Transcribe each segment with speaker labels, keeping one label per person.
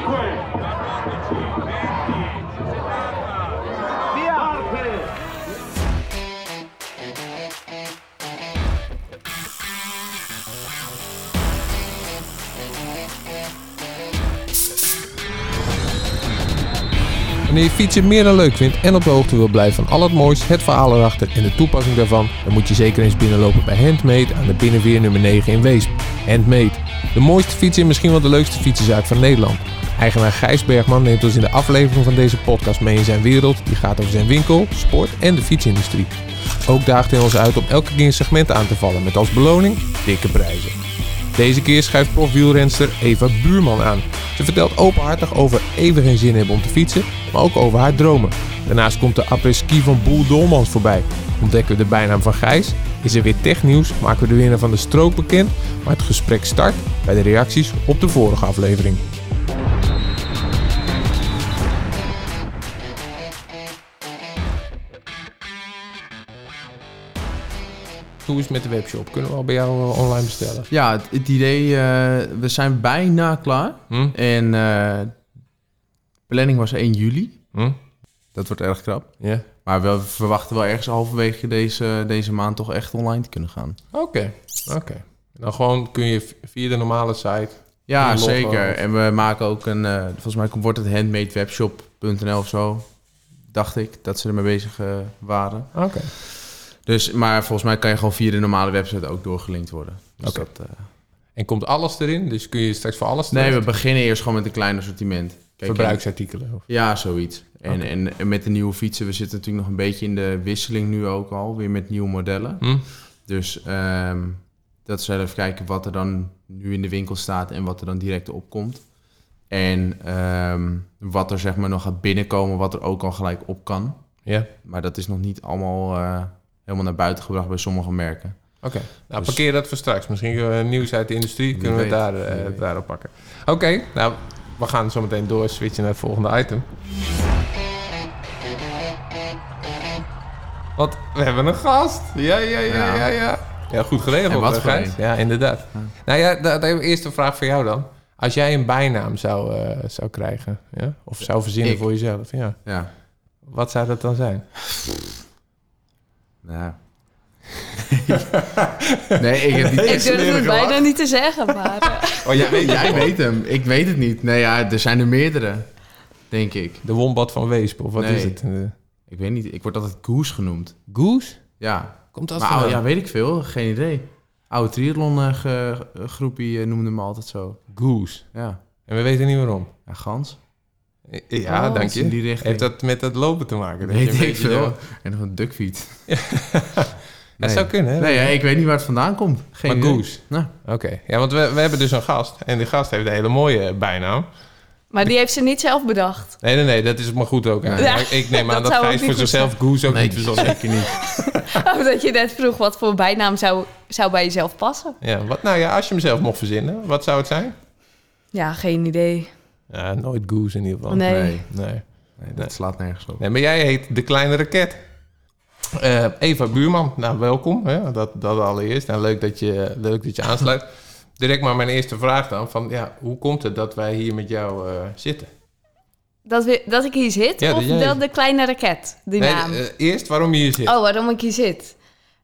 Speaker 1: 5,
Speaker 2: Via!
Speaker 1: parte!
Speaker 3: Wanneer je fietsen meer dan leuk vindt en op de hoogte wil blijven van al het moois, het verhaal erachter en de toepassing daarvan, dan moet je zeker eens binnenlopen bij Handmade aan de Binnenveer nummer 9 in Weesp. Handmade, de mooiste fietsen en misschien wel de leukste fietsenzaak van Nederland. Eigenaar Gijs Bergman neemt ons in de aflevering van deze podcast mee in zijn wereld. Die gaat over zijn winkel, sport en de fietsindustrie. Ook daagt hij ons uit om elke keer een segment aan te vallen met als beloning dikke prijzen. Deze keer schuift profwielrenster Eva Buurman aan. Ze vertelt openhartig over even geen zin hebben om te fietsen, maar ook over haar dromen. Daarnaast komt de après-ski van Boel Dolmans voorbij. Ontdekken we de bijnaam van Gijs? Is er weer technieuws? Maken we de winnaar van de strook bekend? Maar het gesprek start bij de reacties op de vorige aflevering. Hoe is het met de webshop? Kunnen we al bij jou eh, online bestellen?
Speaker 4: Ja, het, het idee, eh, we zijn bijna klaar.
Speaker 3: Hm?
Speaker 4: En eh, planning was 1 juli.
Speaker 3: Hm?
Speaker 4: Dat wordt erg krap.
Speaker 3: Ja.
Speaker 4: Maar we verwachten wel ergens halverwege deze, deze maand toch echt online te kunnen gaan.
Speaker 3: Oké, oké. Dan gewoon kun je via de normale site.
Speaker 4: Ja,
Speaker 3: Een logo
Speaker 4: zeker.
Speaker 3: of-
Speaker 4: En we maken ook een, eh, volgens mij wordt het handmadewebshop.nl of zo. Dacht ik dat ze ermee bezig eh, waren.
Speaker 3: Oké.
Speaker 4: Dus, maar volgens mij kan je gewoon via de normale website ook doorgelinkt worden. Dus
Speaker 3: Oké.
Speaker 4: dat, eh,
Speaker 3: En komt alles erin? Dus kun je straks voor alles
Speaker 4: nee,
Speaker 3: terecht?
Speaker 4: we beginnen eerst gewoon met een klein assortiment. Kijk,
Speaker 3: verbruiksartikelen. of-
Speaker 4: Ja, zoiets. En,
Speaker 3: Oké.
Speaker 4: en, en met de nieuwe fietsen, we zitten natuurlijk nog een beetje in de wisseling nu ook al, weer met nieuwe modellen.
Speaker 3: Hm?
Speaker 4: Dus ehm, dat zullen we even kijken wat er dan nu in de winkel staat en wat er dan direct opkomt. En ehm, wat er zeg maar nog gaat binnenkomen, wat er ook al gelijk op kan.
Speaker 3: Ja.
Speaker 4: Maar dat is nog niet allemaal eh, helemaal naar buiten gebracht bij sommige merken.
Speaker 3: Oké. Nou,
Speaker 4: Dus-
Speaker 3: parkeer dat voor straks. Misschien kunnen we nieuws uit de industrie kunnen we
Speaker 4: weet,
Speaker 3: daar,
Speaker 4: wie
Speaker 3: eh,
Speaker 4: weet.
Speaker 3: daarop pakken. Oké, nou, we gaan zo meteen door switchen naar het volgende item. Want we hebben een gast. Ja, ja, ja,
Speaker 4: Ja.
Speaker 3: ja, ja. Ja, goed geregeld.
Speaker 4: En wat
Speaker 3: eh,
Speaker 4: voor
Speaker 3: Gijs. Ja, inderdaad. Nou ja, da- da- eerst een vraag voor jou dan. Als jij een bijnaam zou, eh, zou krijgen, ja? of zou verzinnen
Speaker 4: Ik?
Speaker 3: voor jezelf, ja.
Speaker 4: Ja,
Speaker 3: wat zou dat dan zijn?
Speaker 4: nou. nee, ik heb niet
Speaker 5: Ik
Speaker 4: echt
Speaker 5: durf het
Speaker 4: smerige
Speaker 5: bijna niet te zeggen, maar... eh,
Speaker 3: Oh, jij weet
Speaker 4: Jij weet hem. Ik weet het niet. Nee, ja, er zijn er meerdere. Denk ik.
Speaker 3: De wombat van Weesp, of wat
Speaker 4: Nee.
Speaker 3: is het? Eh,
Speaker 4: Ik weet niet. Ik word altijd Goose genoemd.
Speaker 3: Goose?
Speaker 4: Ja.
Speaker 3: Komt dat
Speaker 4: maar
Speaker 3: vandaan?
Speaker 4: oude- ja, weet ik veel. Geen idee. Oude triathlon eh, ge- eh, groepie eh, noemde me altijd zo.
Speaker 3: Goose.
Speaker 4: Ja.
Speaker 3: En we weten niet waarom.
Speaker 4: Ja, gans.
Speaker 3: Ja,
Speaker 4: Oh,
Speaker 3: dank
Speaker 4: dat is in
Speaker 3: je.
Speaker 4: die richting.
Speaker 3: Heeft dat met dat lopen te maken? Dat je
Speaker 4: weet
Speaker 3: een
Speaker 4: ik
Speaker 3: beetje
Speaker 4: veel.
Speaker 3: door-
Speaker 4: En nog een duckfeet.
Speaker 3: Dat zou kunnen, hè?
Speaker 4: Nee, ja, ik weet niet waar het vandaan komt. Geen
Speaker 3: maar
Speaker 4: idee.
Speaker 3: Goose.
Speaker 4: Nou,
Speaker 3: Oké. Ja, want we, we hebben dus een gast. En die gast heeft een hele mooie bijnaam.
Speaker 5: Maar die heeft ze niet zelf bedacht.
Speaker 3: Nee, nee, nee. Dat is maar goed ook. hè.
Speaker 4: Nee.
Speaker 3: Maar ik- ik neem
Speaker 5: Ja,
Speaker 3: aan dat,
Speaker 5: dat zou ook
Speaker 3: Gijs
Speaker 5: niet
Speaker 3: voor
Speaker 5: goed
Speaker 3: zichzelf Goose ook niet verzonnen heeft.
Speaker 4: zeker niet.
Speaker 5: Omdat je net vroeg wat voor bijnaam zou, zou bij jezelf passen.
Speaker 3: Ja, wat, nou ja, als je hem zelf mocht verzinnen, wat zou het zijn?
Speaker 5: Ja, geen idee.
Speaker 3: Ja, nooit Goose in ieder geval.
Speaker 5: Nee.
Speaker 4: Nee.
Speaker 3: Nee.
Speaker 4: Nee, dat slaat nergens op.
Speaker 3: Nee, maar jij heet De Kleine Raket. Eh, Eva Buurman, nou welkom. Hè? Dat, dat allereerst. En leuk dat, je, leuk dat je aansluit. Direct maar mijn eerste vraag dan. Van, ja, hoe komt het dat wij hier met jou eh, zitten?
Speaker 5: Dat, we, dat ik hier zit?
Speaker 3: Ja,
Speaker 5: of
Speaker 3: dat jij-
Speaker 5: dat de kleine raket, die
Speaker 3: Nee,
Speaker 5: naam?
Speaker 3: eh, eerst waarom je hier zit.
Speaker 5: Oh, waarom ik hier zit?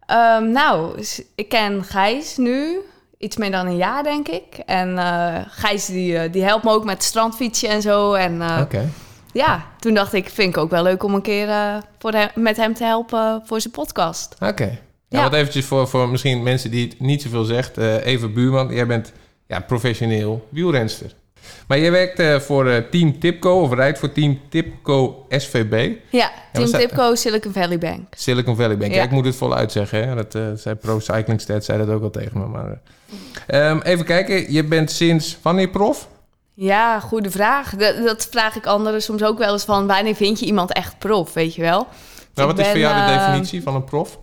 Speaker 5: Ehm, nou, s- ik ken Gijs nu. Iets meer dan een jaar, denk ik. En eh, Gijs die, eh, die helpt me ook met strandfietsen en zo. En eh,
Speaker 3: Oké.
Speaker 5: ja, toen dacht ik, vind ik ook wel leuk om een keer eh, voor hem, met hem te helpen voor zijn podcast.
Speaker 3: Oké. Nou,
Speaker 5: Ja.
Speaker 3: wat eventjes voor, voor misschien mensen die het niet zoveel zegt. Eh, Eva Buurman, jij bent ja, professioneel wielrenster. Maar jij werkt eh, voor eh, Team Tipco, of rijdt voor Team Tipco SVB.
Speaker 5: Ja, Team
Speaker 3: maar zij-
Speaker 5: Tipco, Silicon Valley Bank.
Speaker 3: Silicon Valley Bank.
Speaker 5: Ja.
Speaker 3: Ja. Ik moet het voluit zeggen. Hè? Dat eh, zei Pro Cycling Stats, zei dat ook al tegen me. Maar, eh. Ehm, even kijken, je bent sinds wanneer prof?
Speaker 5: Ja, goede vraag. Dat, dat vraag ik anderen soms ook wel eens van... wanneer vind je iemand echt prof, weet je wel?
Speaker 3: Nou,
Speaker 5: Ik
Speaker 3: wat is voor
Speaker 5: ben,
Speaker 3: jou de
Speaker 5: eh,
Speaker 3: definitie van een prof?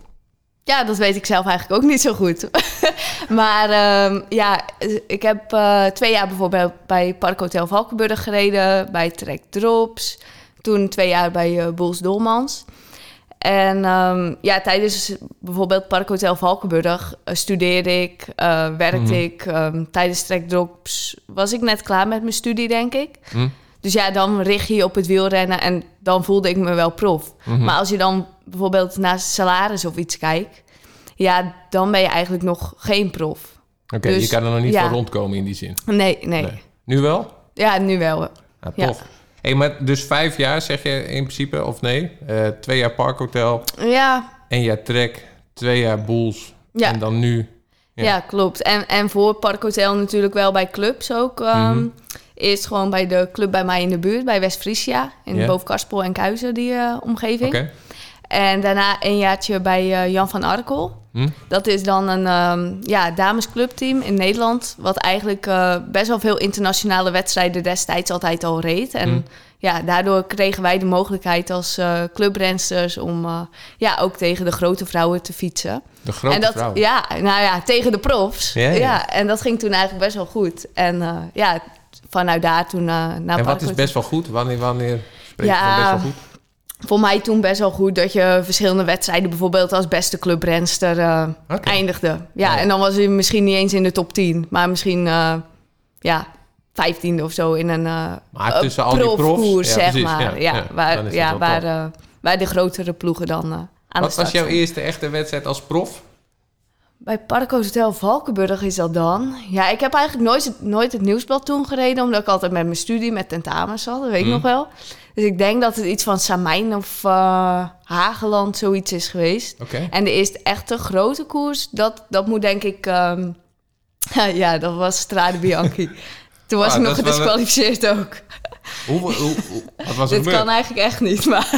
Speaker 5: Ja, dat weet ik zelf eigenlijk ook niet zo goed. maar ehm, ja, ik heb eh, twee jaar bijvoorbeeld bij Park Hotel Valkenburg gereden... bij Trek Drops, toen twee jaar bij eh Boels Dolmans. En ehm, ja, tijdens bijvoorbeeld Parkhotel Valkenburg eh, studeerde ik, eh, werkte
Speaker 3: Mhm.
Speaker 5: ik. ehm, tijdens trekdrops was ik net klaar met mijn studie, denk ik.
Speaker 3: Mhm.
Speaker 5: Dus ja, dan richt je je op het wielrennen en dan voelde ik me wel prof.
Speaker 3: Mhm.
Speaker 5: Maar als je dan bijvoorbeeld naar salaris of iets kijkt, ja, dan ben je eigenlijk nog geen prof.
Speaker 3: Oké,
Speaker 5: dus-
Speaker 3: je kan er nog niet
Speaker 5: ja.
Speaker 3: van rondkomen in die zin.
Speaker 5: Nee, nee.
Speaker 3: Nee. Nu wel?
Speaker 5: Ja, nu wel.
Speaker 3: Ah,
Speaker 5: Ja.
Speaker 3: tof. Hey, maar dus vijf jaar zeg je in principe, of nee? Eh, twee jaar parkhotel,
Speaker 5: Ja,
Speaker 3: één jaar trek, twee jaar boels.
Speaker 5: ja.
Speaker 3: En dan nu. Ja.
Speaker 5: Ja, klopt. En, en voor Parkhotel natuurlijk wel bij clubs ook. ehm,
Speaker 3: Mhm.
Speaker 5: Eerst gewoon bij de club bij mij in de buurt, bij West-Friesia. In
Speaker 3: Ja.
Speaker 5: Bovenkarspel en Kuizen, die eh, omgeving.
Speaker 3: Oké.
Speaker 5: En daarna een jaartje bij eh, Jan van Arkel.
Speaker 3: Hm?
Speaker 5: Dat is dan een ehm ja, damesclubteam in Nederland. Wat eigenlijk eh, best wel veel internationale wedstrijden destijds altijd al reed. En
Speaker 3: Hm.
Speaker 5: ja, daardoor kregen wij de mogelijkheid als eh clubrensters om eh, ja, ook tegen de grote vrouwen te fietsen
Speaker 3: De grote
Speaker 5: en dat,
Speaker 3: vrouw.
Speaker 5: Ja, nou ja, tegen de profs.
Speaker 3: Ja,
Speaker 5: Ja,
Speaker 3: ja.
Speaker 5: en dat ging toen eigenlijk best wel goed. En eh, ja, vanuit daar toen eh, naar
Speaker 3: en wat
Speaker 5: Parkhotel.
Speaker 3: is best wel goed? Wanneer, wanneer spreek je
Speaker 5: Ja.
Speaker 3: van best wel goed?
Speaker 5: Voor mij toen best wel goed dat je verschillende wedstrijden... bijvoorbeeld als beste clubrenster eh,
Speaker 3: Oké. Oh.
Speaker 5: eindigde. Ja,
Speaker 3: Ja.
Speaker 5: en dan was je misschien niet eens in de top 10. Maar misschien, eh ja, vijftiende of zo in een eh
Speaker 3: Maar tussen al die profs.
Speaker 5: profkoers,
Speaker 3: ja,
Speaker 5: zeg
Speaker 3: precies,
Speaker 5: maar. Ja,
Speaker 3: dan
Speaker 5: waar,
Speaker 3: is
Speaker 5: ja,
Speaker 3: dat wel
Speaker 5: waar,
Speaker 3: top.
Speaker 5: eh, waar de grotere ploegen dan eh, aan de
Speaker 3: Wat was
Speaker 5: start
Speaker 3: jouw
Speaker 5: stonden.
Speaker 3: eerste echte wedstrijd als prof?
Speaker 5: Bij Parco Hotel Valkenburg is dat dan. Ja, ik heb eigenlijk nooit, het- nooit het nieuwsblad toen gereden, omdat ik altijd met mijn studie, met tentamens zat, dat weet ik
Speaker 3: Mm.
Speaker 5: nog wel. Dus ik denk dat het iets van Samijn of eh, Hageland zoiets is geweest.
Speaker 3: Oké.
Speaker 5: En de eerste echte grote koers, dat, dat moet denk ik... ehm, ja, dat was Strade Bianchi. Toen was
Speaker 3: Ah,
Speaker 5: ik
Speaker 3: dat
Speaker 5: nog
Speaker 3: is wel-
Speaker 5: gedisqualificeerd ook.
Speaker 3: Hoe, hoe, hoe- wat was er
Speaker 5: Dit kan
Speaker 3: gebeurd?
Speaker 5: eigenlijk echt niet, maar...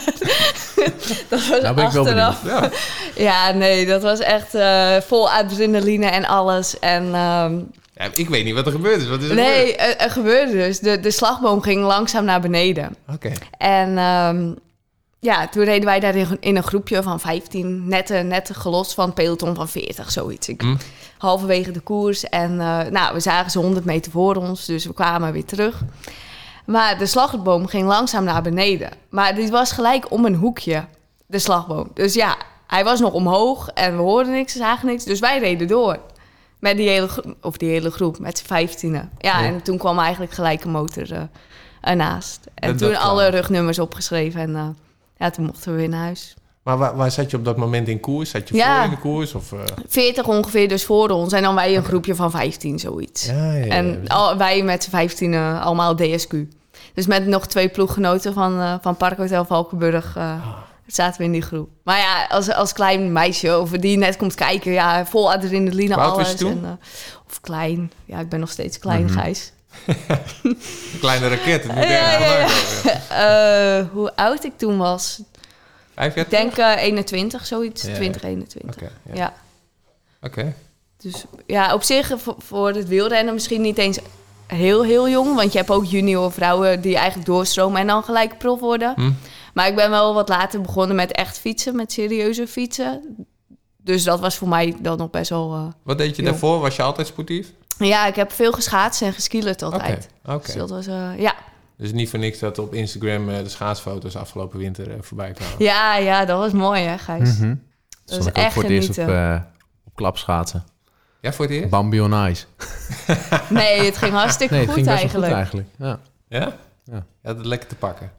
Speaker 5: dat was
Speaker 4: Nou ben ik wel
Speaker 5: achteraf.
Speaker 4: benieuwd.
Speaker 3: Ja.
Speaker 5: Ja, nee, dat was echt eh, vol adrenaline en alles. En ehm,
Speaker 3: Ja, ik weet niet wat er gebeurd is. Wat is er gebeurd?
Speaker 5: nee, er, er gebeurde dus. De, de slagboom ging langzaam naar beneden.
Speaker 3: Oké.
Speaker 5: En ehm, ja, toen reden wij daar in, in een groepje van 15, nette, nette gelost van een peloton van 40, zoiets. Ik,
Speaker 3: Hm.
Speaker 5: Halverwege de koers. En eh, nou, we zagen ze 100 meter voor ons, dus we kwamen weer terug. Maar de slagboom ging langzaam naar beneden. Maar die was gelijk om een hoekje, de slagboom. Dus ja, hij was nog omhoog en we hoorden niks, zagen niks. Dus wij reden door. Met die hele, gro- of die hele groep, met z'n vijftienen. Ja,
Speaker 3: Ja.
Speaker 5: en toen kwam eigenlijk gelijk een motor eh, ernaast. En
Speaker 3: En dat
Speaker 5: toen
Speaker 3: kwam.
Speaker 5: alle rugnummers opgeschreven en eh, ja, toen mochten we weer naar huis.
Speaker 3: Maar waar, waar zat je op dat moment in koers? Zat je
Speaker 5: Ja.
Speaker 3: voor in de koers? Of, eh,
Speaker 5: 40 ongeveer dus voor ons en dan wij een groepje van 15, zoiets.
Speaker 3: ja, ja, ja,
Speaker 5: En
Speaker 3: ja.
Speaker 5: al- wij met z'n vijftienen allemaal DSQ. Dus met nog twee ploeggenoten van, eh van Parkhotel Valkenburg eh,
Speaker 3: Ah.
Speaker 5: zaten we in die groep. Maar ja, als, als klein meisje of die net komt kijken, ja, vol adrenaline,
Speaker 3: Hoe oud was
Speaker 5: alles.
Speaker 3: je toen? Mhm.
Speaker 5: En, eh, of klein. Ja, ik ben nog steeds klein, Gijs.
Speaker 3: Een kleine raket. het moet
Speaker 5: Ja,
Speaker 3: erg
Speaker 5: ja, ja.
Speaker 3: leuk worden.
Speaker 5: Eh, hoe oud ik toen was?
Speaker 3: Vijf jaar
Speaker 5: Ik denk eh, 21, zoiets.
Speaker 3: Ja, ja.
Speaker 5: 20, 21.
Speaker 3: Oké. ja.
Speaker 5: Ja.
Speaker 3: Oké.
Speaker 5: Dus ja, op zich eh, voor, voor het wielrennen misschien niet eens heel, heel jong. Want je hebt ook junior vrouwen die eigenlijk doorstromen en dan gelijk prof worden.
Speaker 3: Hm.
Speaker 5: Maar ik ben wel wat later begonnen met echt fietsen, met serieuze fietsen. Dus dat was voor mij dan nog best wel... eh,
Speaker 3: Wat deed je
Speaker 5: Jong.
Speaker 3: daarvoor? Was je altijd sportief?
Speaker 5: Ja, ik heb veel geschaatst en geskielerd
Speaker 3: Oké.
Speaker 5: altijd.
Speaker 3: Oké.
Speaker 5: Dus dat was... eh, ja.
Speaker 3: Dus niet voor niks dat op Instagram eh, de schaatsfoto's afgelopen winter eh, voorbij kwamen.
Speaker 5: Ja, ja, dat was mooi hè, Gijs.
Speaker 4: Dat
Speaker 5: is
Speaker 4: ik ook
Speaker 5: echt
Speaker 4: voor het eerst op,
Speaker 5: genieten.
Speaker 4: eh, op klapschaatsen.
Speaker 3: Ja, voor het eerst?
Speaker 4: Bambi on ice.
Speaker 5: Nee, het ging hartstikke
Speaker 4: Nee, het
Speaker 5: goed,
Speaker 4: ging best wel
Speaker 5: eigenlijk.
Speaker 4: goed eigenlijk. Ja.
Speaker 3: Ja?
Speaker 4: Ja.
Speaker 3: Je had het lekker te pakken.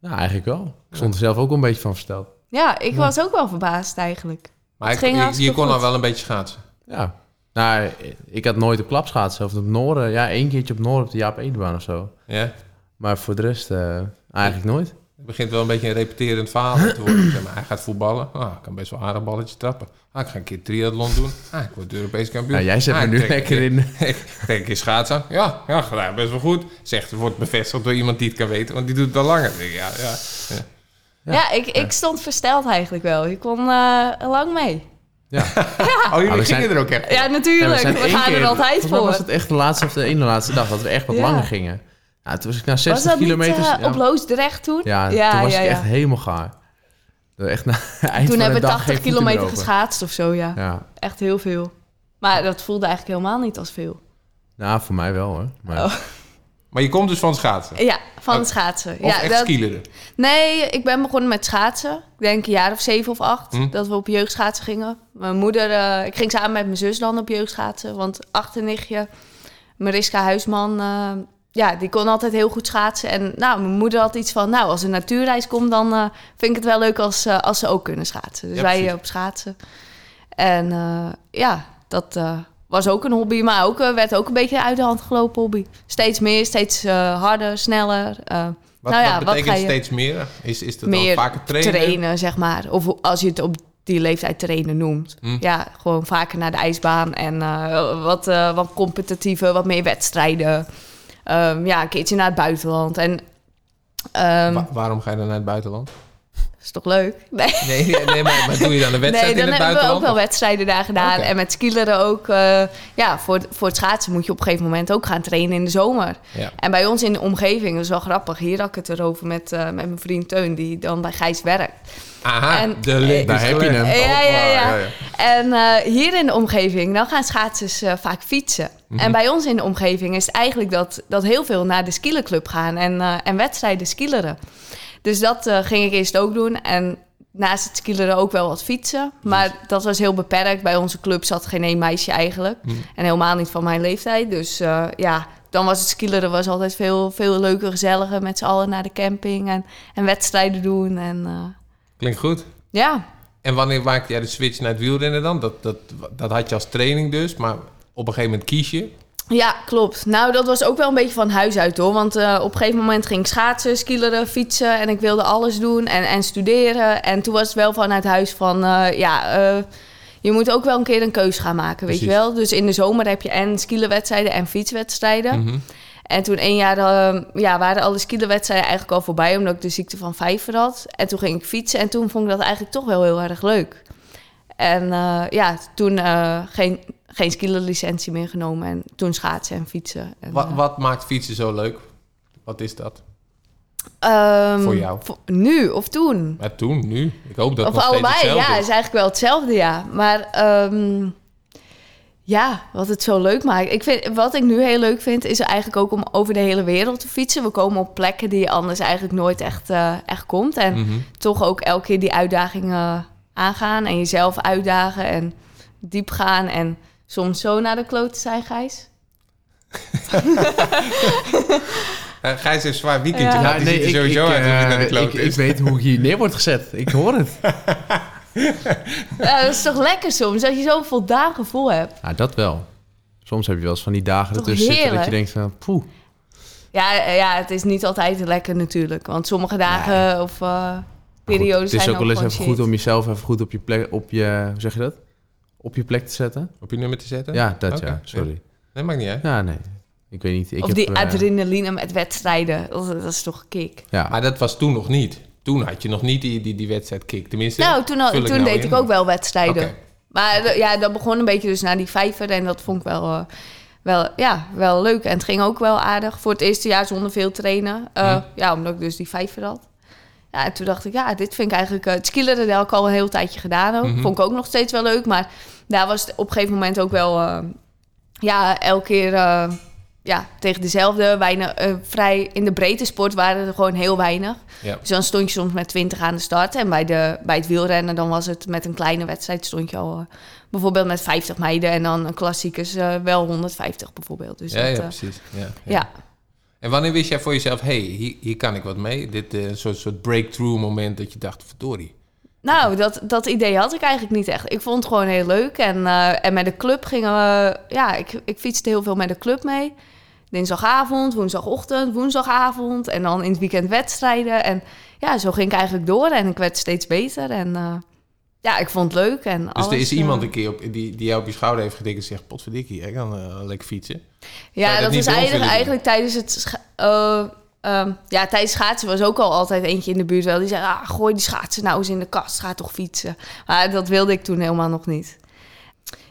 Speaker 4: Nou, eigenlijk wel. Ik stond er zelf ook wel een beetje van versteld.
Speaker 5: Ja, ik
Speaker 4: Ja.
Speaker 5: was ook wel verbaasd eigenlijk.
Speaker 3: Maar
Speaker 5: Het
Speaker 3: ik-
Speaker 5: ging
Speaker 3: je- je,
Speaker 5: hartstikke
Speaker 3: kon
Speaker 5: goed.
Speaker 3: al wel een beetje schaatsen.
Speaker 4: Ja. Nou, ik had nooit op klapschaatsen of op Noren. Ja, één keertje op Noren op de Jaap Edebaan of zo.
Speaker 3: Ja?
Speaker 4: Maar voor de rest eh, eigenlijk nooit.
Speaker 3: Het begint wel een beetje een repeterend verhaal te worden. Zeg maar, hij gaat voetballen. Ah, ik kan best wel aardig balletje trappen. Ah, ik ga een keer triathlon doen. Ah, ik word Europees kampioen.
Speaker 4: Nou, jij zet
Speaker 3: Ah,
Speaker 4: me
Speaker 3: ik
Speaker 4: nu
Speaker 3: trek-
Speaker 4: lekker in.
Speaker 3: Ik trek een keer schaatsen. Ja, ja, gedaan best wel goed. Zegt, wordt bevestigd door iemand die het kan weten, want die doet het al langer. Ik denk, Ja, ja.
Speaker 4: Ah.
Speaker 5: Ja, ik, ik stond versteld eigenlijk wel. Je kon eh, lang mee.
Speaker 3: Oh, jullie
Speaker 4: Ah,
Speaker 3: gingen
Speaker 4: we zijn-
Speaker 3: er ook echt.
Speaker 5: Ja, natuurlijk.
Speaker 4: zijn
Speaker 5: we
Speaker 4: één
Speaker 5: gaan
Speaker 4: keer-
Speaker 5: er altijd
Speaker 4: volgens mij
Speaker 5: voor.
Speaker 4: was het echt de laatste of de ene laatste dag dat we echt wat
Speaker 5: Ja.
Speaker 4: langer gingen. Ja, toen was ik na
Speaker 5: Was
Speaker 4: 60
Speaker 5: dat
Speaker 4: kilometers...
Speaker 5: niet eh,
Speaker 4: ja,
Speaker 5: op Loosdrecht toen?
Speaker 4: ja, toen was ik echt helemaal gaar. Toen Echt na, eind van
Speaker 5: Toen hebben
Speaker 4: de
Speaker 5: we
Speaker 4: dag geen
Speaker 5: 80
Speaker 4: voeten meer
Speaker 5: kilometer
Speaker 4: open.
Speaker 5: geschaatst of zo, ja.
Speaker 4: Ja,
Speaker 5: Echt heel veel. Maar dat voelde eigenlijk helemaal niet als veel.
Speaker 4: nou, voor mij wel hoor. Maar,
Speaker 5: Oh.
Speaker 3: Maar je komt dus van schaatsen.
Speaker 5: Ja, van
Speaker 3: Oh.
Speaker 5: het schaatsen.
Speaker 3: Of
Speaker 5: ja,
Speaker 3: echt
Speaker 5: dat-
Speaker 3: skileren.
Speaker 5: Nee, ik ben begonnen met schaatsen. Ik denk een jaar of zeven of acht
Speaker 3: Hm.
Speaker 5: dat we op jeugdschaatsen gingen. Mijn moeder, eh, ik ging samen met mijn zus dan op jeugdschaatsen. Want achternichtje, Mariska Huisman, eh, ja, die kon altijd heel goed schaatsen. En nou, mijn moeder had iets van, nou, als een natuurreis komt, dan eh, vind ik het wel leuk als, eh, als ze ook kunnen schaatsen. Dus
Speaker 3: Ja,
Speaker 5: wij
Speaker 3: precies.
Speaker 5: eh, op schaatsen. En eh, ja, dat eh, was ook een hobby, maar ook, eh, werd ook een beetje uit de hand gelopen hobby. Steeds meer, steeds eh, harder, sneller. eh,
Speaker 3: Wat,
Speaker 5: Nou ja,
Speaker 3: wat
Speaker 5: wat
Speaker 3: betekent
Speaker 5: ga je-
Speaker 3: steeds meer? Is, is dat
Speaker 5: Meer
Speaker 3: dan vaker trainen?
Speaker 5: zeg maar. Of hoe- als je het op die leeftijd trainen noemt.
Speaker 3: Hm.
Speaker 5: Ja, gewoon vaker naar de ijsbaan en eh, wat, eh, wat competitieve, wat meer wedstrijden. Ehm, ja, een keertje naar het buitenland. En ehm,
Speaker 3: Wa- waarom ga je dan naar het buitenland?
Speaker 5: is toch leuk? Nee,
Speaker 3: Nee, nee, nee, maar, maar doe je dan een wedstrijd
Speaker 5: nee dan
Speaker 3: in het
Speaker 5: hebben we ook
Speaker 3: buitenland?
Speaker 5: wel wedstrijden daar gedaan.
Speaker 3: Oké.
Speaker 5: En met skileren ook. eh, ja, voor, het- voor het schaatsen moet je op een gegeven moment ook gaan trainen in de zomer.
Speaker 3: Ja.
Speaker 5: En bij ons in de omgeving, dat is wel grappig. Hier had ik het erover met, eh, met mijn vriend Teun, die dan bij Gijs werkt.
Speaker 3: Aha,
Speaker 5: En-
Speaker 3: de Oh, link
Speaker 4: Daar
Speaker 3: is
Speaker 4: heb je
Speaker 3: gelegd.
Speaker 4: hem.
Speaker 5: Ja, ja, ja.
Speaker 4: Hoppa,
Speaker 5: En eh, hier in de omgeving, dan gaan schaatsers eh, vaak fietsen. En bij ons in de omgeving is het eigenlijk dat, dat heel veel naar de skielerclub gaan en, eh, en wedstrijden skileren. Dus dat eh, ging ik eerst ook doen. En naast het skileren ook wel wat fietsen. Maar dat was heel beperkt. Bij onze club zat geen één meisje eigenlijk. En helemaal niet van mijn leeftijd. Dus eh, ja, dan was het skileren was altijd veel, veel leuker, gezelliger. Met z'n allen naar de camping en, en wedstrijden doen. En eh,
Speaker 3: Klinkt goed.
Speaker 5: ja.
Speaker 3: En wanneer maakte jij de switch naar het wielrennen dan? Dat, dat, dat had je als training dus, maar op een gegeven moment kies je.
Speaker 5: Ja, klopt. Nou, dat was ook wel een beetje van huis uit hoor. Want eh, op een gegeven moment ging ik schaatsen, skileren, fietsen en ik wilde alles doen en, en studeren. En toen was het wel vanuit huis van, eh, ja, eh, je moet ook wel een keer een keus gaan maken, weet
Speaker 3: Precies.
Speaker 5: je wel. Dus in de zomer heb je en skielerwedstrijden en fietswedstrijden. En toen één jaar eh, ja, waren alle skielerwedstrijden eigenlijk al voorbij, omdat ik de ziekte van vijver had. En toen ging ik fietsen en toen vond ik dat eigenlijk toch wel heel erg leuk. En eh, ja, toen eh, geen, geen skielerlicentie meer genomen en toen schaatsen en fietsen. En,
Speaker 3: Wat,
Speaker 5: eh,
Speaker 3: wat maakt fietsen zo leuk? Wat is dat?
Speaker 5: ehm,
Speaker 3: voor jou?
Speaker 5: voor- nu of toen?
Speaker 3: Maar toen, nu. Ik hoop dat het
Speaker 5: of
Speaker 3: nog steeds
Speaker 5: allebei,
Speaker 3: hetzelfde
Speaker 5: ja,
Speaker 3: is.
Speaker 5: is eigenlijk wel hetzelfde, ja. Maar ehm, ja, wat het zo leuk maakt. Ik vind, wat ik nu heel leuk vind, is eigenlijk ook om over de hele wereld te fietsen. We komen op plekken die je anders eigenlijk nooit echt, eh, echt komt. En
Speaker 3: Mhm.
Speaker 5: toch ook elke keer die uitdagingen aangaan en jezelf uitdagen en diep gaan en soms zo naar de klote zijn, Gijs.
Speaker 3: Eh, Gijs heeft een zwaar weekendje
Speaker 5: Ja.
Speaker 3: gehad. dus
Speaker 4: Ja,
Speaker 3: Die
Speaker 4: nee,
Speaker 3: ziet er
Speaker 4: ik,
Speaker 3: sowieso
Speaker 4: ik,
Speaker 3: uit dat
Speaker 4: eh,
Speaker 3: hij naar de kloot
Speaker 4: ik, ik
Speaker 3: is.
Speaker 4: weet hoe ik hier neer wordt gezet. Ik hoor het.
Speaker 5: Ja, dat is toch lekker soms, dat je zo'n voldaan gevoel hebt.
Speaker 4: Ja, dat wel. Soms heb je wel eens van die dagen
Speaker 5: Toch
Speaker 4: ertussen zitten dat je
Speaker 5: heerlijk?
Speaker 4: denkt van, poeh.
Speaker 5: Ja, eh, ja, het is niet altijd lekker natuurlijk, want sommige dagen of eh, periodes
Speaker 4: Goed, Het is
Speaker 5: zijn
Speaker 4: ook wel eens
Speaker 5: gewoon
Speaker 4: even goed
Speaker 5: shit.
Speaker 4: om jezelf even goed op je plek, op je, hoe zeg je dat? Op je plek te zetten.
Speaker 3: Op je nummer te zetten?
Speaker 4: Ja, dat
Speaker 3: Oké.
Speaker 4: ja, sorry.
Speaker 3: Nee, maakt niet uit.
Speaker 4: Ja, nee. Ik weet niet. Ik
Speaker 5: Of
Speaker 4: heb,
Speaker 5: die
Speaker 4: eh,
Speaker 5: adrenaline met wedstrijden, dat, dat is toch kick.
Speaker 4: Ja,
Speaker 3: Maar dat was toen nog niet. Toen had je nog niet die, die, die wedstrijd kick. Tenminste,
Speaker 5: Nou, toen, al-
Speaker 3: vul
Speaker 5: toen
Speaker 3: ik nou
Speaker 5: deed
Speaker 3: in.
Speaker 5: ik ook wel wedstrijden.
Speaker 3: Oké.
Speaker 5: Maar d- ja, dat begon een beetje dus na die vijver. En dat vond ik wel, eh, wel, ja, wel leuk. En het ging ook wel aardig. Voor het eerste jaar zonder veel trainen. Eh,
Speaker 3: Hm.
Speaker 5: Ja, omdat ik dus die vijver had. Ja, en toen dacht ik, ja, dit vind ik eigenlijk... eh, het skileren, dat had ik al een heel tijdje gedaan ook.
Speaker 3: Mhm.
Speaker 5: Vond ik ook nog steeds wel leuk. Maar daar was het op een gegeven moment ook wel... eh, ja, elke keer... eh, ja, tegen dezelfde. Weinig, eh, vrij, in de breedte sport waren er gewoon heel weinig.
Speaker 3: Ja.
Speaker 5: Dus dan stond je soms met 20 aan de start. En bij, de, bij het wielrennen dan was het met een kleine wedstrijd stond je al eh, bijvoorbeeld met 50 meiden. En dan een klassiekers eh, wel 150 bijvoorbeeld. Dus
Speaker 3: Ja,
Speaker 5: dat,
Speaker 3: ja,
Speaker 5: eh,
Speaker 3: precies. Ja, ja.
Speaker 5: ja.
Speaker 3: En wanneer wist jij voor jezelf, hey, hier, hier kan ik wat mee? Dit eh, soort, soort breakthrough moment dat je dacht, verdorie.
Speaker 5: Nou, dat, dat idee had ik eigenlijk niet echt. Ik vond het gewoon heel leuk. En, eh, en met de club gingen we... Ja, ik, ik fietste heel veel met de club mee. Dinsdagavond, woensdagochtend, woensdagavond. En dan in het weekend wedstrijden. En ja, zo ging ik eigenlijk door. En ik werd steeds beter. En eh, ja, ik vond het leuk. En
Speaker 3: Dus
Speaker 5: alles,
Speaker 3: er is
Speaker 5: eh,
Speaker 3: iemand een keer op, die, die jou op je schouder heeft getikt en zegt, potverdikkie, jij kan eh, lekker fietsen. Zou
Speaker 5: Ja,
Speaker 3: je dat
Speaker 5: dat
Speaker 3: niet
Speaker 5: was
Speaker 3: bij ons
Speaker 5: eigenlijk,
Speaker 3: willen
Speaker 5: eigenlijk tijdens het... scha- eh, ehm, ja, tijdens schaatsen was ook al altijd eentje in de buurt wel. Die zei, ah, gooi die schaatsen nou eens in de kast. Ga toch fietsen. Maar dat wilde ik toen helemaal nog niet.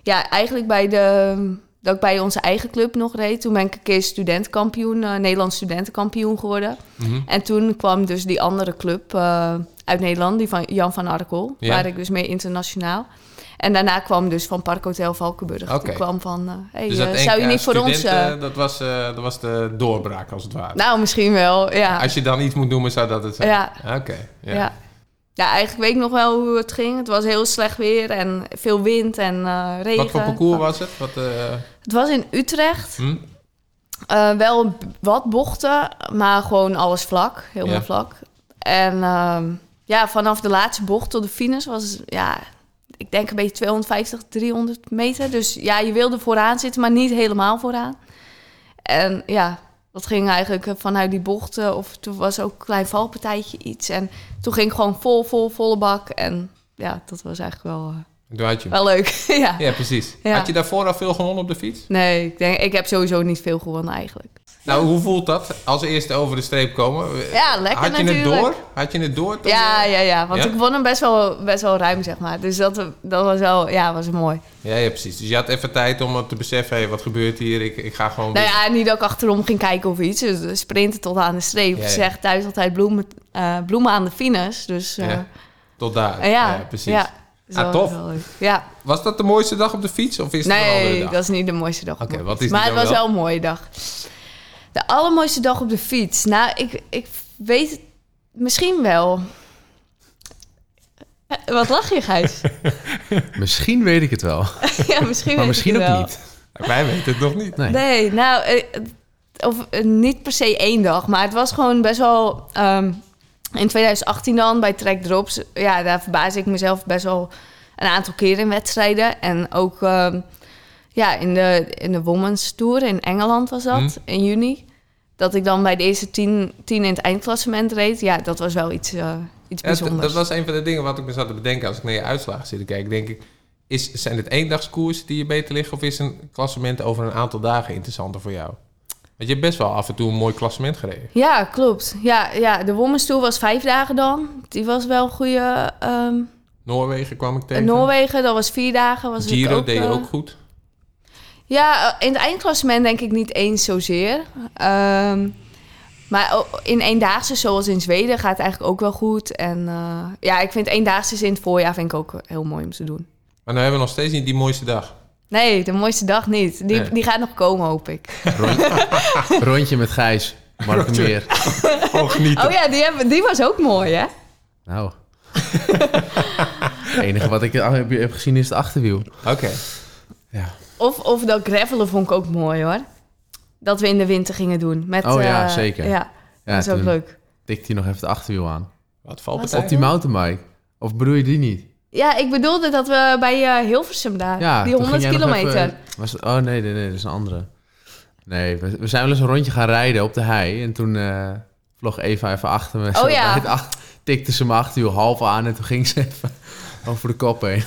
Speaker 5: Ja, eigenlijk bij de... Dat ik bij onze eigen club nog reed. Toen ben ik een keer studentkampioen, eh, Nederlands studentenkampioen geworden.
Speaker 3: Mhm.
Speaker 5: En toen kwam dus die andere club eh, uit Nederland, die van Jan van Arkel.
Speaker 3: Ja.
Speaker 5: Waar ik dus mee internationaal. En daarna kwam dus van Parkhotel Valkenburg.
Speaker 3: Oké.
Speaker 5: Die kwam van, eh, hey,
Speaker 3: Dus dat
Speaker 5: eh,
Speaker 3: NK
Speaker 5: zou je niet voor ons...
Speaker 3: studenten,
Speaker 5: eh,
Speaker 3: dat, was, eh, dat was de doorbraak als het ware.
Speaker 5: nou, misschien wel, ja.
Speaker 3: Als je dan iets moet noemen, zou dat het zijn. Ah,
Speaker 5: Ja.
Speaker 3: Oké. ja.
Speaker 5: Ja. ja. eigenlijk weet ik nog wel hoe het ging. Het was heel slecht weer en veel wind en eh, regen.
Speaker 3: Wat voor parcours was het? Wat, eh,
Speaker 5: Het was in Utrecht.
Speaker 3: hm?
Speaker 5: Eh, wel b- wat bochten, maar gewoon alles vlak. Helemaal
Speaker 3: Ja.
Speaker 5: vlak. En ehm, ja, vanaf de laatste bocht tot de finish was, ja, ik denk een beetje 250, 300 meter. Dus ja, je wilde vooraan zitten, maar niet helemaal vooraan. En ja, dat ging eigenlijk eh, vanuit die bochten. Of toen was ook een klein valpartijtje iets. En toen ging ik gewoon vol, vol, volle bak. En ja, dat was eigenlijk wel, eh,
Speaker 3: Toen had je-
Speaker 5: wel leuk. ja.
Speaker 3: Ja, precies.
Speaker 5: Ah. Ja.
Speaker 3: Had je daarvoor al veel gewonnen op de fiets?
Speaker 5: Nee, ik, denk, ik heb sowieso niet veel gewonnen eigenlijk.
Speaker 3: Nou, hoe voelt dat? Als eerste over de streep komen.
Speaker 5: Ja, lekker
Speaker 3: Had je het
Speaker 5: natuurlijk.
Speaker 3: door? Had je het door? eh, toen
Speaker 5: Ja,
Speaker 3: je-
Speaker 5: ja, ja. Want
Speaker 3: Ja?
Speaker 5: ik won hem best wel, best wel ruim, zeg maar. Dus dat, dat was wel, ja, was mooi.
Speaker 3: ja. ja, precies. Dus je had even tijd om het te beseffen. hé, wat gebeurt hier? Ik, ik ga gewoon...
Speaker 5: Nou ja, niet dat ik achterom ging kijken of iets. Dus we sprinten tot aan de streep.
Speaker 3: Ja,
Speaker 5: Ze
Speaker 3: ja.
Speaker 5: zegt thuis altijd bloemen, eh, bloemen aan de finish. Dus eh,
Speaker 3: Ja, Tot daar.
Speaker 5: eh, ja,
Speaker 3: precies.
Speaker 5: Ja. Dus
Speaker 3: Ah,
Speaker 5: dat
Speaker 3: tof.
Speaker 5: was wel leuk. Ja.
Speaker 3: Was dat de mooiste dag op de fiets? Of is het een andere
Speaker 5: Nee,
Speaker 3: dag?
Speaker 5: dat is niet de mooiste dag. op
Speaker 3: Oké,
Speaker 5: mijn
Speaker 3: wat
Speaker 5: fiets.
Speaker 3: is die
Speaker 5: maar het
Speaker 3: dan
Speaker 5: was
Speaker 3: wel?
Speaker 5: wel een mooie dag. De allermooiste dag op de fiets. Nou, ik, ik weet het misschien wel. Eh, Wat lach je, Gijs?
Speaker 4: Misschien weet ik het wel,
Speaker 5: ja,
Speaker 4: maar
Speaker 5: misschien weet ik
Speaker 4: misschien
Speaker 5: het wel.
Speaker 4: ook niet.
Speaker 3: Wij weten het nog niet.
Speaker 4: Nee.
Speaker 5: Nee, nou, eh, of, eh, niet per se één dag, maar het was gewoon best wel. ehm, in 2018 dan bij Trek Drops, ja, daar verbaas ik mezelf best wel een aantal keer in wedstrijden. En ook ehm, ja, in, de, in de Women's Tour in Engeland was dat,
Speaker 3: Mhm.
Speaker 5: in juni. Dat ik dan bij de eerste tien, tien in het eindklassement reed. Ja, dat was wel iets, eh, iets
Speaker 3: Ja, dat,
Speaker 5: bijzonders.
Speaker 3: dat was een van de dingen wat ik me zat te bedenken als ik naar je uitslagen zit te kijken. Denk ik, is, zijn het eendagskoers die je beter ligt of is een klassement over een aantal dagen interessanter voor jou? Want je hebt best wel af en toe een mooi klassement gereden.
Speaker 5: Ja, klopt. Ja, ja, de Women's Tour was vijf dagen dan. Die was wel een goede... ehm,
Speaker 3: Noorwegen kwam ik tegen.
Speaker 5: In Noorwegen, dat was vier dagen. Was ik
Speaker 3: Giro
Speaker 5: ook,
Speaker 3: deed je
Speaker 5: eh,
Speaker 3: ook goed.
Speaker 5: Ja, eh, in het eindklassement denk ik niet eens zozeer. Ehm, maar o- in eendaagse, zoals in Zweden, gaat het eigenlijk ook wel goed. En eh, ja, ik vind eendaagse in het voorjaar vind ik ook heel mooi om te doen.
Speaker 3: Maar nu hebben we nog steeds niet die mooiste dag.
Speaker 5: Nee, de mooiste dag niet. Die,
Speaker 3: Nee.
Speaker 5: die gaat nog komen, hoop ik.
Speaker 4: Rondje met Gijs,
Speaker 3: Rondje.
Speaker 4: Markenmeer.
Speaker 3: Gewoon genieten.
Speaker 5: Oh ja, die, hebben, die was ook mooi, hè?
Speaker 4: Nou. Het enige wat ik heb, heb gezien is het achterwiel.
Speaker 3: Oké.
Speaker 4: Ja.
Speaker 5: Of, of dat gravelen vond ik ook mooi, hoor. Dat we in de winter gingen doen. Met,
Speaker 4: Oh ja,
Speaker 5: eh,
Speaker 4: zeker.
Speaker 5: Ja, dat is ook
Speaker 4: toen
Speaker 5: leuk.
Speaker 4: Tikt hij nog even het achterwiel aan.
Speaker 3: Wat
Speaker 5: Wat
Speaker 3: valt
Speaker 5: zei
Speaker 3: er
Speaker 4: Op die mountainbike. Of bedoel je die niet?
Speaker 5: Ja, ik bedoelde dat we bij eh, Hilversum daar,
Speaker 4: Ja,
Speaker 5: die
Speaker 4: toen ging
Speaker 5: 100
Speaker 4: jij nog
Speaker 5: kilometer.
Speaker 4: even- was het- oh nee, nee, nee, dat is een andere. Nee, we, we zijn wel eens een rondje gaan rijden op de hei. En toen eh, vlog Eva even achter me. Zo
Speaker 5: Oh ja.
Speaker 4: bij het ach- tikte ze mijn achterwiel half aan en toen ging ze even over de kop heen.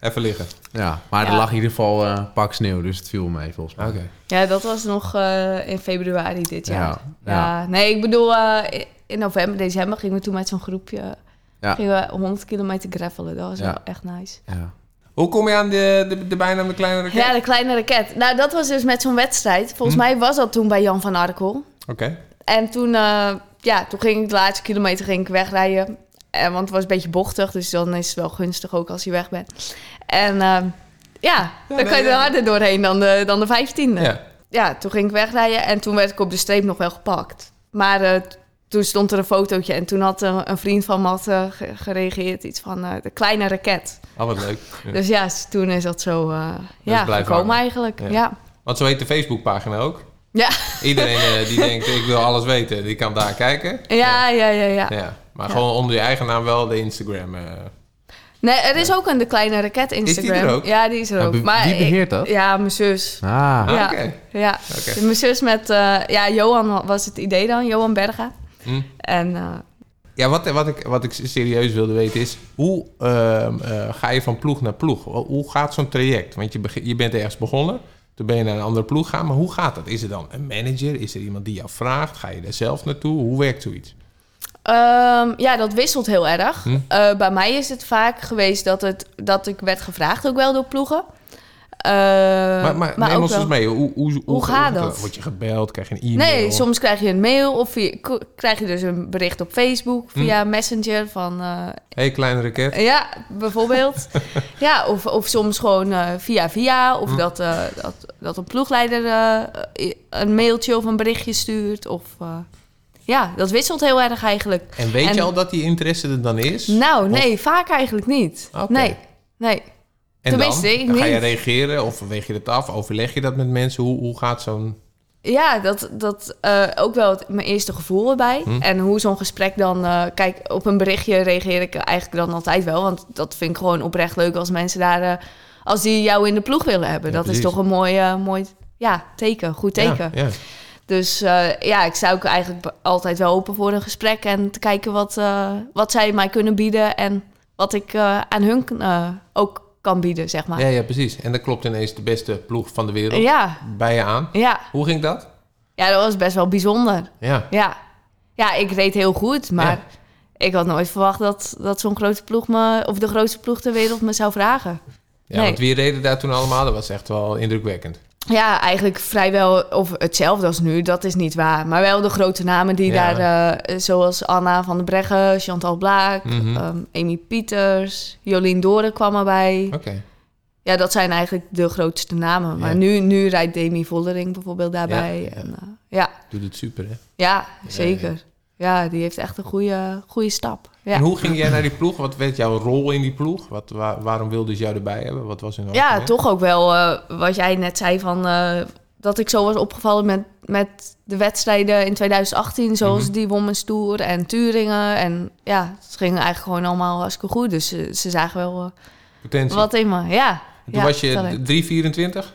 Speaker 3: Even liggen.
Speaker 4: Ja, maar
Speaker 5: Ja.
Speaker 4: er lag in ieder geval eh, een pak sneeuw, dus het viel mee volgens mij.
Speaker 3: Oké.
Speaker 5: Ja, dat was nog eh, in februari dit
Speaker 4: Ja,
Speaker 5: jaar.
Speaker 4: ja.
Speaker 5: Ja, nee, ik bedoel, eh, in november, december gingen we toen met zo'n groepje
Speaker 4: Ja.
Speaker 5: gingen we 100 kilometer gravelen. Dat was
Speaker 4: Ja.
Speaker 5: wel echt nice.
Speaker 4: Ja.
Speaker 3: Hoe kom je aan de, de, de bijnaam de kleine raket?
Speaker 5: Ja, de kleine raket. Nou, dat was dus met zo'n wedstrijd. Volgens
Speaker 4: Mhm.
Speaker 5: mij was dat toen bij Jan van Arkel.
Speaker 3: Oké.
Speaker 5: En toen, eh, ja, toen ging ik de laatste kilometer ging ik wegrijden. Eh, want het was een beetje bochtig, dus dan is het wel gunstig ook als je weg bent. En eh, ja, dan kan je
Speaker 3: nee,
Speaker 5: er
Speaker 3: ja.
Speaker 5: harder doorheen dan de, dan de vijftiende.
Speaker 3: Ja.
Speaker 5: ja, toen ging ik wegrijden en toen werd ik op de streep nog wel gepakt. Maar eh, t- toen stond er een fotootje en toen had een, een vriend van Matt eh, ge- gereageerd iets van eh, de kleine raket.
Speaker 3: Oh, wat leuk. Ja.
Speaker 5: Dus ja, s- toen is dat zo eh ja,
Speaker 3: blijven
Speaker 5: gekomen
Speaker 3: hangen.
Speaker 5: eigenlijk.
Speaker 3: Ja.
Speaker 5: Ja. Ja.
Speaker 3: Want zo heet de Facebookpagina ook.
Speaker 5: Ja.
Speaker 3: Iedereen eh, die denkt, ik wil alles weten, die kan daar kijken.
Speaker 5: Ja, ja, ja,
Speaker 3: Ja, maar
Speaker 5: Ja.
Speaker 3: gewoon onder je eigen naam wel de Instagram. eh.
Speaker 5: Nee, er is ook een De Kleine Raket Instagram.
Speaker 3: er ook?
Speaker 5: Ja, die is er
Speaker 4: Ja,
Speaker 5: ook.
Speaker 4: be-
Speaker 5: maar
Speaker 4: wie beheert
Speaker 5: ik-
Speaker 4: dat?
Speaker 5: Ja, mijn zus.
Speaker 4: Ah,
Speaker 3: Ah,
Speaker 5: Ja.
Speaker 3: oké.
Speaker 5: Ja, Dus
Speaker 3: Oké.
Speaker 5: mijn zus met... eh, ja, Johan was het idee dan, Johan Berga.
Speaker 3: Hm.
Speaker 5: En eh,
Speaker 3: Ja, wat, wat, ik, wat ik serieus wilde weten is, hoe ehm, eh, ga je van ploeg naar ploeg? Ho- Hoe gaat zo'n traject? Want je, beg- je bent ergens begonnen, toen ben je naar een andere ploeg gegaan, maar hoe gaat dat? Is er dan een manager? Is er iemand die jou vraagt? Ga je daar zelf naartoe? Hoe werkt zoiets?
Speaker 5: Ehm, ja, dat wisselt heel erg.
Speaker 3: Hm.
Speaker 5: Eh, bij mij is het vaak geweest dat, het, dat ik werd gevraagd ook wel door ploegen. Eh,
Speaker 3: Maar, maar, neem
Speaker 5: ook
Speaker 3: ons
Speaker 5: wel-
Speaker 3: eens mee. Hoe, hoe, hoe,
Speaker 5: gaat dat?
Speaker 3: Word je gebeld? Krijg je een e-mail?
Speaker 5: Nee, soms krijg je een mail of via- k- krijg je dus een bericht op Facebook via
Speaker 3: Hm.
Speaker 5: Messenger van eh,
Speaker 3: hey, kleine raket.
Speaker 5: ja, bijvoorbeeld. ja, of, of soms gewoon eh, via via of
Speaker 3: Hm.
Speaker 5: dat, eh, dat, dat een ploegleider eh, i- een mailtje of een berichtje stuurt of eh, ja, dat wisselt heel erg eigenlijk.
Speaker 3: En weet
Speaker 5: En-
Speaker 3: je al dat die interesse er dan is?
Speaker 5: Nou, nee, vaak eigenlijk niet.
Speaker 3: Oké.
Speaker 5: Nee, nee.
Speaker 3: en dan,
Speaker 5: tenminste, ik
Speaker 3: dan ga je
Speaker 5: niet.
Speaker 3: reageren of weeg je dat af? Overleg je dat met mensen? Hoe, hoe gaat zo'n...
Speaker 5: Ja, dat, dat eh, ook wel het, mijn eerste gevoel erbij.
Speaker 3: Hm.
Speaker 5: En hoe zo'n gesprek dan... eh, kijk, op een berichtje reageer ik eigenlijk dan altijd wel. Want dat vind ik gewoon oprecht leuk als mensen daar... eh, als die jou in de ploeg willen hebben.
Speaker 3: Ja,
Speaker 5: dat
Speaker 3: precies.
Speaker 5: is toch een mooi, eh, mooi ja, teken, goed teken.
Speaker 3: Ja, ja.
Speaker 5: Dus eh, ja, ik sta ook eigenlijk be- altijd wel open voor een gesprek. En te kijken wat, eh, wat zij mij kunnen bieden. En wat ik eh, aan hun eh, ook kan bieden, zeg maar.
Speaker 3: Ja, ja, precies. En dan klopt ineens de beste ploeg van de wereld
Speaker 5: ja,
Speaker 3: bij je aan.
Speaker 5: ja.
Speaker 3: Hoe ging dat?
Speaker 5: ja dat was best wel bijzonder.
Speaker 3: Ja.
Speaker 5: Ja. ja, ik reed heel goed, maar
Speaker 3: Ja.
Speaker 5: ik had nooit verwacht dat, dat zo'n grote ploeg me, of de grootste ploeg ter wereld me zou vragen.
Speaker 3: Ja,
Speaker 5: Nee.
Speaker 3: want wie reden daar toen allemaal? Dat was echt wel indrukwekkend.
Speaker 5: Ja, eigenlijk vrijwel of hetzelfde als nu, dat is niet waar. Maar wel de grote namen die
Speaker 3: Ja.
Speaker 5: daar, eh, zoals Anna van den Breggen, Chantal Blaak,
Speaker 3: Mhm.
Speaker 5: ehm, Amy Pieters, Jolien Doren kwam erbij.
Speaker 3: Oké.
Speaker 5: Ja, dat zijn eigenlijk de grootste namen. Maar
Speaker 3: Oh. Ja.
Speaker 5: nu, nu rijdt Demi Vollering bijvoorbeeld daarbij.
Speaker 3: ja.
Speaker 5: En, eh, ja.
Speaker 3: Doet het super, hè?
Speaker 5: ja, zeker. Ja, die heeft echt een goede, goede stap. Ja.
Speaker 3: En hoe ging jij naar die ploeg? Wat werd jouw rol in die ploeg? Wat, wa- waarom wilden ze jou erbij hebben? Wat was hun
Speaker 5: Ja,
Speaker 3: argument?
Speaker 5: toch ook wel eh, wat jij net zei van eh, dat ik zo was opgevallen met, met de wedstrijden in 2018, zoals
Speaker 3: Mhm.
Speaker 5: die Women's Tour en Turingen. En ja, het ging eigenlijk gewoon allemaal hartstikke goed. Dus ze, ze zagen wel eh,
Speaker 3: Potentie.
Speaker 5: wat in me. Ja,
Speaker 3: En toen
Speaker 5: ja,
Speaker 3: was je
Speaker 5: talent.
Speaker 3: 324?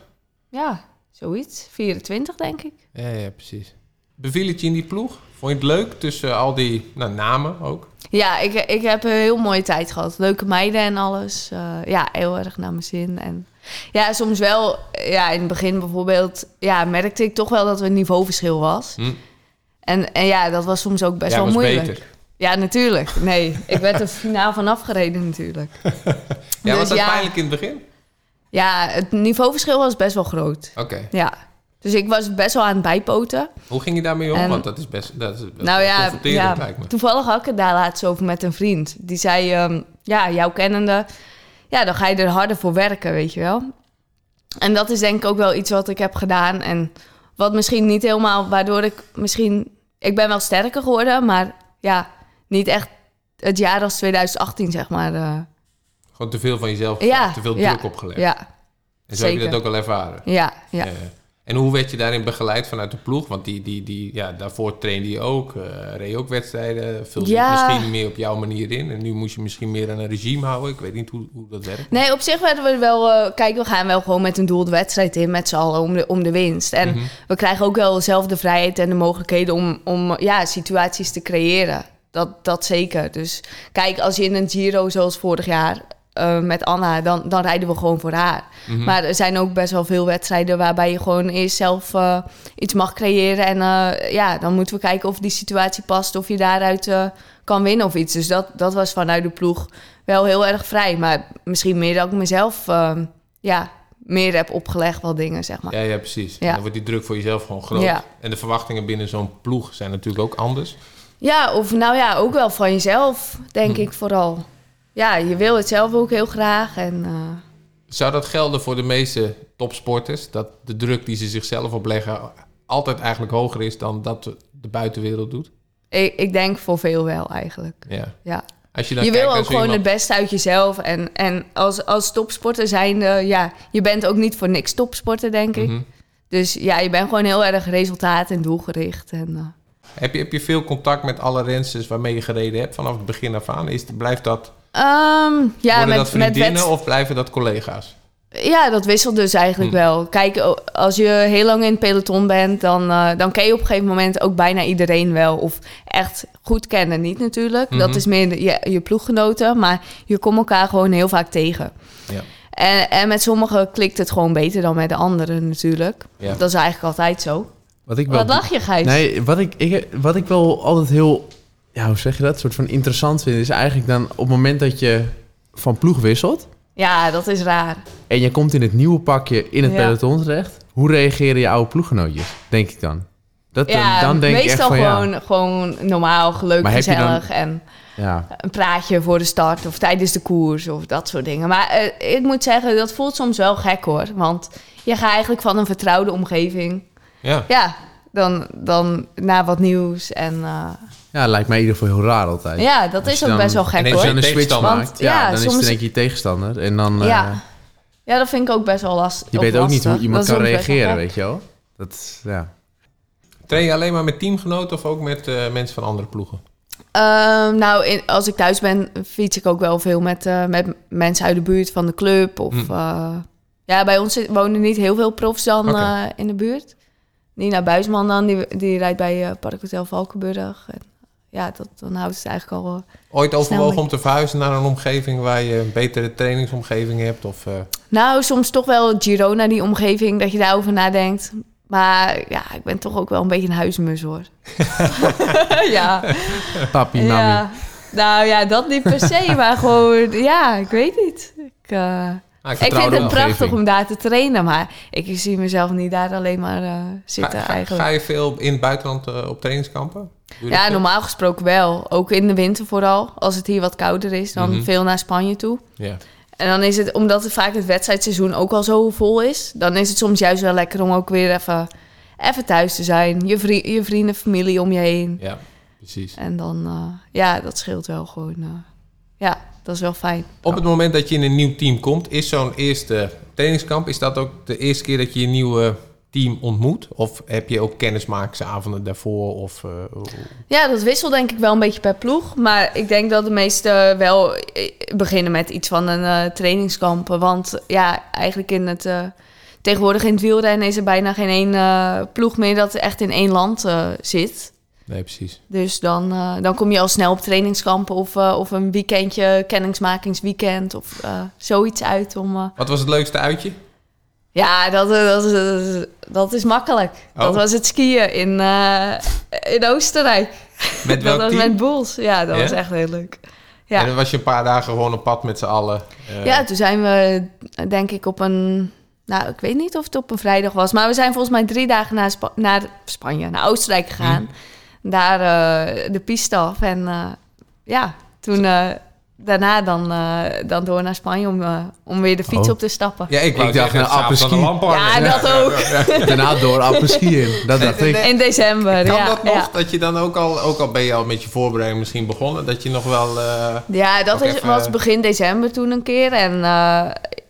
Speaker 5: ja, zoiets. 24 denk ik.
Speaker 3: Ja, ja, precies. Beviel het je in die ploeg? Vond je het leuk tussen al die nou, namen ook?
Speaker 5: Ja, ik, ik heb een heel mooie tijd gehad. Leuke meiden en alles. Eh, ja, heel erg naar mijn zin. En ja, soms wel, ja, in het begin bijvoorbeeld, ja, merkte ik toch wel dat er een niveauverschil was.
Speaker 3: Hm.
Speaker 5: En, en ja, dat was soms ook best
Speaker 3: Jij was
Speaker 5: wel moeilijk.
Speaker 3: beter.
Speaker 5: Ja, natuurlijk. Nee, ik werd er finaal van afgereden natuurlijk.
Speaker 3: Ja, was dat
Speaker 5: Dus ja,
Speaker 3: pijnlijk in het begin?
Speaker 5: ja, het niveauverschil was best wel groot.
Speaker 3: Oké.
Speaker 5: Ja. Dus ik was best wel aan het bijpoten.
Speaker 3: Hoe ging je daarmee om?
Speaker 5: En-
Speaker 3: Want dat is best, dat is best
Speaker 5: nou
Speaker 3: wel
Speaker 5: ja,
Speaker 3: confronterend,
Speaker 5: ja
Speaker 3: lijkt me.
Speaker 5: toevallig had ik het daar laatst over met een vriend. Die zei, ehm, ja, jouw kennende, ja, dan ga je er harder voor werken, weet je wel. En dat is denk ik ook wel iets wat ik heb gedaan. En wat misschien niet helemaal, waardoor ik misschien... Ik ben wel sterker geworden, maar ja, niet echt het jaar als 2018, zeg maar. eh,
Speaker 3: Gewoon te veel van jezelf,
Speaker 5: Ja,
Speaker 3: te veel
Speaker 5: ja,
Speaker 3: druk opgelegd.
Speaker 5: ja,
Speaker 3: en zo heb je
Speaker 5: zeker.
Speaker 3: dat ook wel ervaren.
Speaker 5: ja, ja.
Speaker 3: Eh, en hoe werd je daarin begeleid vanuit de ploeg? Want die, die, die, ja, daarvoor trainde je ook, eh reed je ook wedstrijden, vulde je
Speaker 5: Ja.
Speaker 3: het misschien meer op jouw manier in. En nu moest je misschien meer aan een regime houden. Ik weet niet hoe, hoe dat werkt.
Speaker 5: Nee, op zich werden we wel... eh, kijk, we gaan wel gewoon met een doel de wedstrijd in met z'n allen om de, om de winst. En we krijgen ook wel zelf de vrijheid en de mogelijkheden om, om eh, ja, situaties te creëren. Dat, dat zeker. Dus kijk, als je in een Giro zoals vorig jaar eh, met Anna, dan, dan rijden we gewoon voor haar. Maar er zijn ook best wel veel wedstrijden waarbij je gewoon eerst zelf eh, iets mag creëren. En eh, ja, dan moeten we kijken of die situatie past, of je daaruit eh, kan winnen of iets. Dus dat, dat was vanuit de ploeg wel heel erg vrij. Maar misschien meer dat ik mezelf eh, ja, meer heb opgelegd, wel dingen, zeg maar.
Speaker 3: Ja, ja, precies.
Speaker 5: Ja.
Speaker 3: En dan wordt die druk voor jezelf gewoon groot.
Speaker 5: Ja.
Speaker 3: En de verwachtingen binnen zo'n ploeg zijn natuurlijk ook anders.
Speaker 5: Ja, of nou ja, ook wel van jezelf,
Speaker 3: Hm.
Speaker 5: denk ik vooral. Ja, je wil het zelf ook heel graag. En eh,
Speaker 3: Zou dat gelden voor de meeste topsporters? Dat de druk die ze zichzelf opleggen altijd eigenlijk hoger is dan dat de buitenwereld doet?
Speaker 5: eh, ik, ik denk voor veel wel eigenlijk.
Speaker 3: Ja.
Speaker 5: Ja.
Speaker 3: Als dan
Speaker 5: Je
Speaker 3: kijkt
Speaker 5: wil
Speaker 3: naar
Speaker 5: ook
Speaker 3: zo
Speaker 5: gewoon
Speaker 3: iemand-
Speaker 5: het beste uit jezelf. En, en als, als topsporter zijnde, ja, je bent ook niet voor niks topsporter, denk ik.
Speaker 3: Mhm.
Speaker 5: Dus ja, je bent gewoon heel erg resultaat- en doelgericht. En, eh,
Speaker 3: Heb je, heb je veel contact met alle rensters waarmee je gereden hebt vanaf het begin af aan? Is, blijft dat,
Speaker 5: ehm, ja,
Speaker 3: worden dat
Speaker 5: met, met
Speaker 3: vriendinnen
Speaker 5: wet-
Speaker 3: of blijven dat collega's?
Speaker 5: Ja, dat wisselt dus eigenlijk
Speaker 4: Hmm.
Speaker 5: wel. Kijk, o- als je heel lang in het peloton bent, dan, eh, dan ken je op een gegeven moment ook bijna iedereen wel. Of echt goed kennen, niet natuurlijk.
Speaker 4: Mhm.
Speaker 5: Dat is meer de- je, je ploeggenoten, maar je komt elkaar gewoon heel vaak tegen.
Speaker 3: Ja.
Speaker 5: En, en met sommigen klikt het gewoon beter dan met de anderen natuurlijk.
Speaker 3: Ja.
Speaker 5: Dat is eigenlijk altijd zo.
Speaker 4: Wat ik wel
Speaker 5: Wat lach je, Gijs?
Speaker 4: Nee, wat ik, ik, wat ik wel altijd heel, ja, hoe zeg je dat, soort van interessant vind, is eigenlijk dan op het moment dat je van ploeg wisselt,
Speaker 5: Ja, dat is raar.
Speaker 4: En je komt in het nieuwe pakje in het
Speaker 5: Ja.
Speaker 4: peloton terecht. Hoe reageren je oude ploeggenootjes? Denk ik dan. Dat, dan-
Speaker 5: Ja,
Speaker 4: dan, denk ik echt
Speaker 5: meestal
Speaker 4: van ja.
Speaker 5: gewoon, gewoon normaal, leuk,
Speaker 4: Maar heb je dan-
Speaker 5: gezellig en
Speaker 4: ja.
Speaker 5: een praatje voor de start of tijdens de koers of dat soort dingen. Maar eh, ik moet zeggen, dat voelt soms wel gek hoor. Want je gaat eigenlijk van een vertrouwde omgeving,
Speaker 3: Ja.
Speaker 5: ja, dan, dan naar wat nieuws. En eh,
Speaker 4: Ja, lijkt mij in ieder geval heel raar altijd.
Speaker 5: ja, dat
Speaker 4: Als
Speaker 5: is
Speaker 4: je
Speaker 5: ook
Speaker 4: dan-
Speaker 5: best wel
Speaker 3: en
Speaker 5: gek
Speaker 3: even
Speaker 4: Als je
Speaker 5: hoor.
Speaker 4: dan een switch
Speaker 3: Tegenstander.
Speaker 4: maakt,
Speaker 5: Want,
Speaker 4: ja,
Speaker 5: ja,
Speaker 4: dan is
Speaker 5: soms-
Speaker 4: het denk je tegenstander. En dan, eh,
Speaker 5: Ja. Ja, dat vind ik ook best wel last- of
Speaker 4: je
Speaker 5: lastig.
Speaker 4: weet ook niet hoe iemand
Speaker 5: Dat
Speaker 4: kan
Speaker 5: is soms best wel
Speaker 4: reageren,
Speaker 5: gek.
Speaker 4: weet je wel. Dat, is- ja.
Speaker 3: Train je alleen maar met teamgenoten of ook met eh, mensen van andere ploegen?
Speaker 5: Ehm, nou, in- als ik thuis ben, fiets ik ook wel veel met, eh, met mensen uit de buurt van de club. Of,
Speaker 3: Hm.
Speaker 5: eh, ja, bij ons zit- wonen niet heel veel profs dan
Speaker 3: Oké.
Speaker 5: eh, in de buurt. Nina Buisman dan, die, die rijdt bij eh Parkhotel Valkenburg. En, ja, dat, dan houdt het eigenlijk al... eh.
Speaker 3: Ooit overwogen
Speaker 5: mee.
Speaker 3: om te verhuizen naar een omgeving waar je een betere trainingsomgeving hebt? Of, eh,
Speaker 5: Nou, soms toch wel Girona, die omgeving, dat je daarover nadenkt. Maar ja, ik ben toch ook wel een beetje een huismus, hoor. ja.
Speaker 4: Papi, mami.
Speaker 5: ja. Nou ja, dat niet per se, maar gewoon... Ja, ik weet niet. Ik... eh,
Speaker 3: ah,
Speaker 5: Ik
Speaker 3: vertrouw
Speaker 5: vind
Speaker 3: de
Speaker 5: het
Speaker 3: omgeving.
Speaker 5: prachtig om daar te trainen, maar ik zie mezelf niet daar alleen maar eh,
Speaker 3: Ga,
Speaker 5: zitten
Speaker 3: ga-
Speaker 5: eigenlijk.
Speaker 3: ga je veel in het buitenland eh, op trainingskampen? Doe je dat
Speaker 5: ja,
Speaker 3: veel?
Speaker 5: normaal gesproken wel. Ook in de winter vooral. Als het hier wat kouder is, dan
Speaker 3: Mhm.
Speaker 5: veel naar Spanje toe.
Speaker 3: Ja.
Speaker 5: En dan is het, omdat het vaak het wedstrijdseizoen ook al zo vol is, dan is het soms juist wel lekker om ook weer even, even thuis te zijn. Je, vri- je vrienden, familie om je heen.
Speaker 3: ja, precies.
Speaker 5: En dan, eh, ja, dat scheelt wel gewoon. eh, ja, dat is wel fijn.
Speaker 3: Op het moment dat je in een nieuw team komt, is zo'n eerste trainingskamp, is dat ook de eerste keer dat je je nieuwe team ontmoet? Of heb je ook kennismakingsavonden daarvoor? Of, eh,
Speaker 5: Ja, dat wisselt denk ik wel een beetje per ploeg. Maar ik denk dat de meesten wel eh, beginnen met iets van een eh, trainingskamp. Want eh, ja, eigenlijk in het... eh, tegenwoordig in het wielrennen is er bijna geen één eh, ploeg meer dat echt in één land eh, zit.
Speaker 3: nee, precies.
Speaker 5: Dus dan, eh, dan kom je al snel op trainingskampen of, eh, of een weekendje, kennismakingsweekend of eh, zoiets uit om... eh,
Speaker 3: Wat was het leukste uitje?
Speaker 5: ja, dat, eh, dat, is- dat is- dat is makkelijk.
Speaker 3: Oh.
Speaker 5: Dat was het skiën in, eh, in Oostenrijk
Speaker 3: Met
Speaker 5: dat
Speaker 3: welk
Speaker 5: was
Speaker 3: team?
Speaker 5: met Boels. Ja, dat
Speaker 3: Ja?
Speaker 5: was echt heel leuk.
Speaker 3: En
Speaker 5: Ja.
Speaker 3: dan was je een paar dagen gewoon op pad met z'n allen. eh,
Speaker 5: ja, toen zijn we denk ik op een... Nou, ik weet niet of het op een vrijdag was. Maar we zijn volgens mij drie dagen naar, Spa- naar Spanje, naar Oostenrijk
Speaker 3: Hmm.
Speaker 5: gegaan. Daar eh, de piste af. En eh, ja, toen eh, daarna dan, eh, dan door naar Spanje om, eh, om weer de fiets
Speaker 4: Oh.
Speaker 5: op te stappen.
Speaker 3: Ja, Oh, ik,
Speaker 4: Ik dacht,
Speaker 3: zeggen,
Speaker 4: nou,
Speaker 3: s'avonds aan de
Speaker 4: apres-ski.
Speaker 3: lamp
Speaker 5: Ja,
Speaker 3: hangen.
Speaker 5: dat ook.
Speaker 4: Daarna door apres-ski in. Dat dacht ik.
Speaker 5: In december,
Speaker 3: Kan
Speaker 5: ja.
Speaker 3: dat nog?
Speaker 5: ja.
Speaker 3: Dat je dan ook al, ook al ben je al met je voorbereiding misschien begonnen, dat je nog wel... eh,
Speaker 5: Ja, dat
Speaker 3: Ook
Speaker 5: is,
Speaker 3: even-
Speaker 5: was begin december toen een keer. En eh,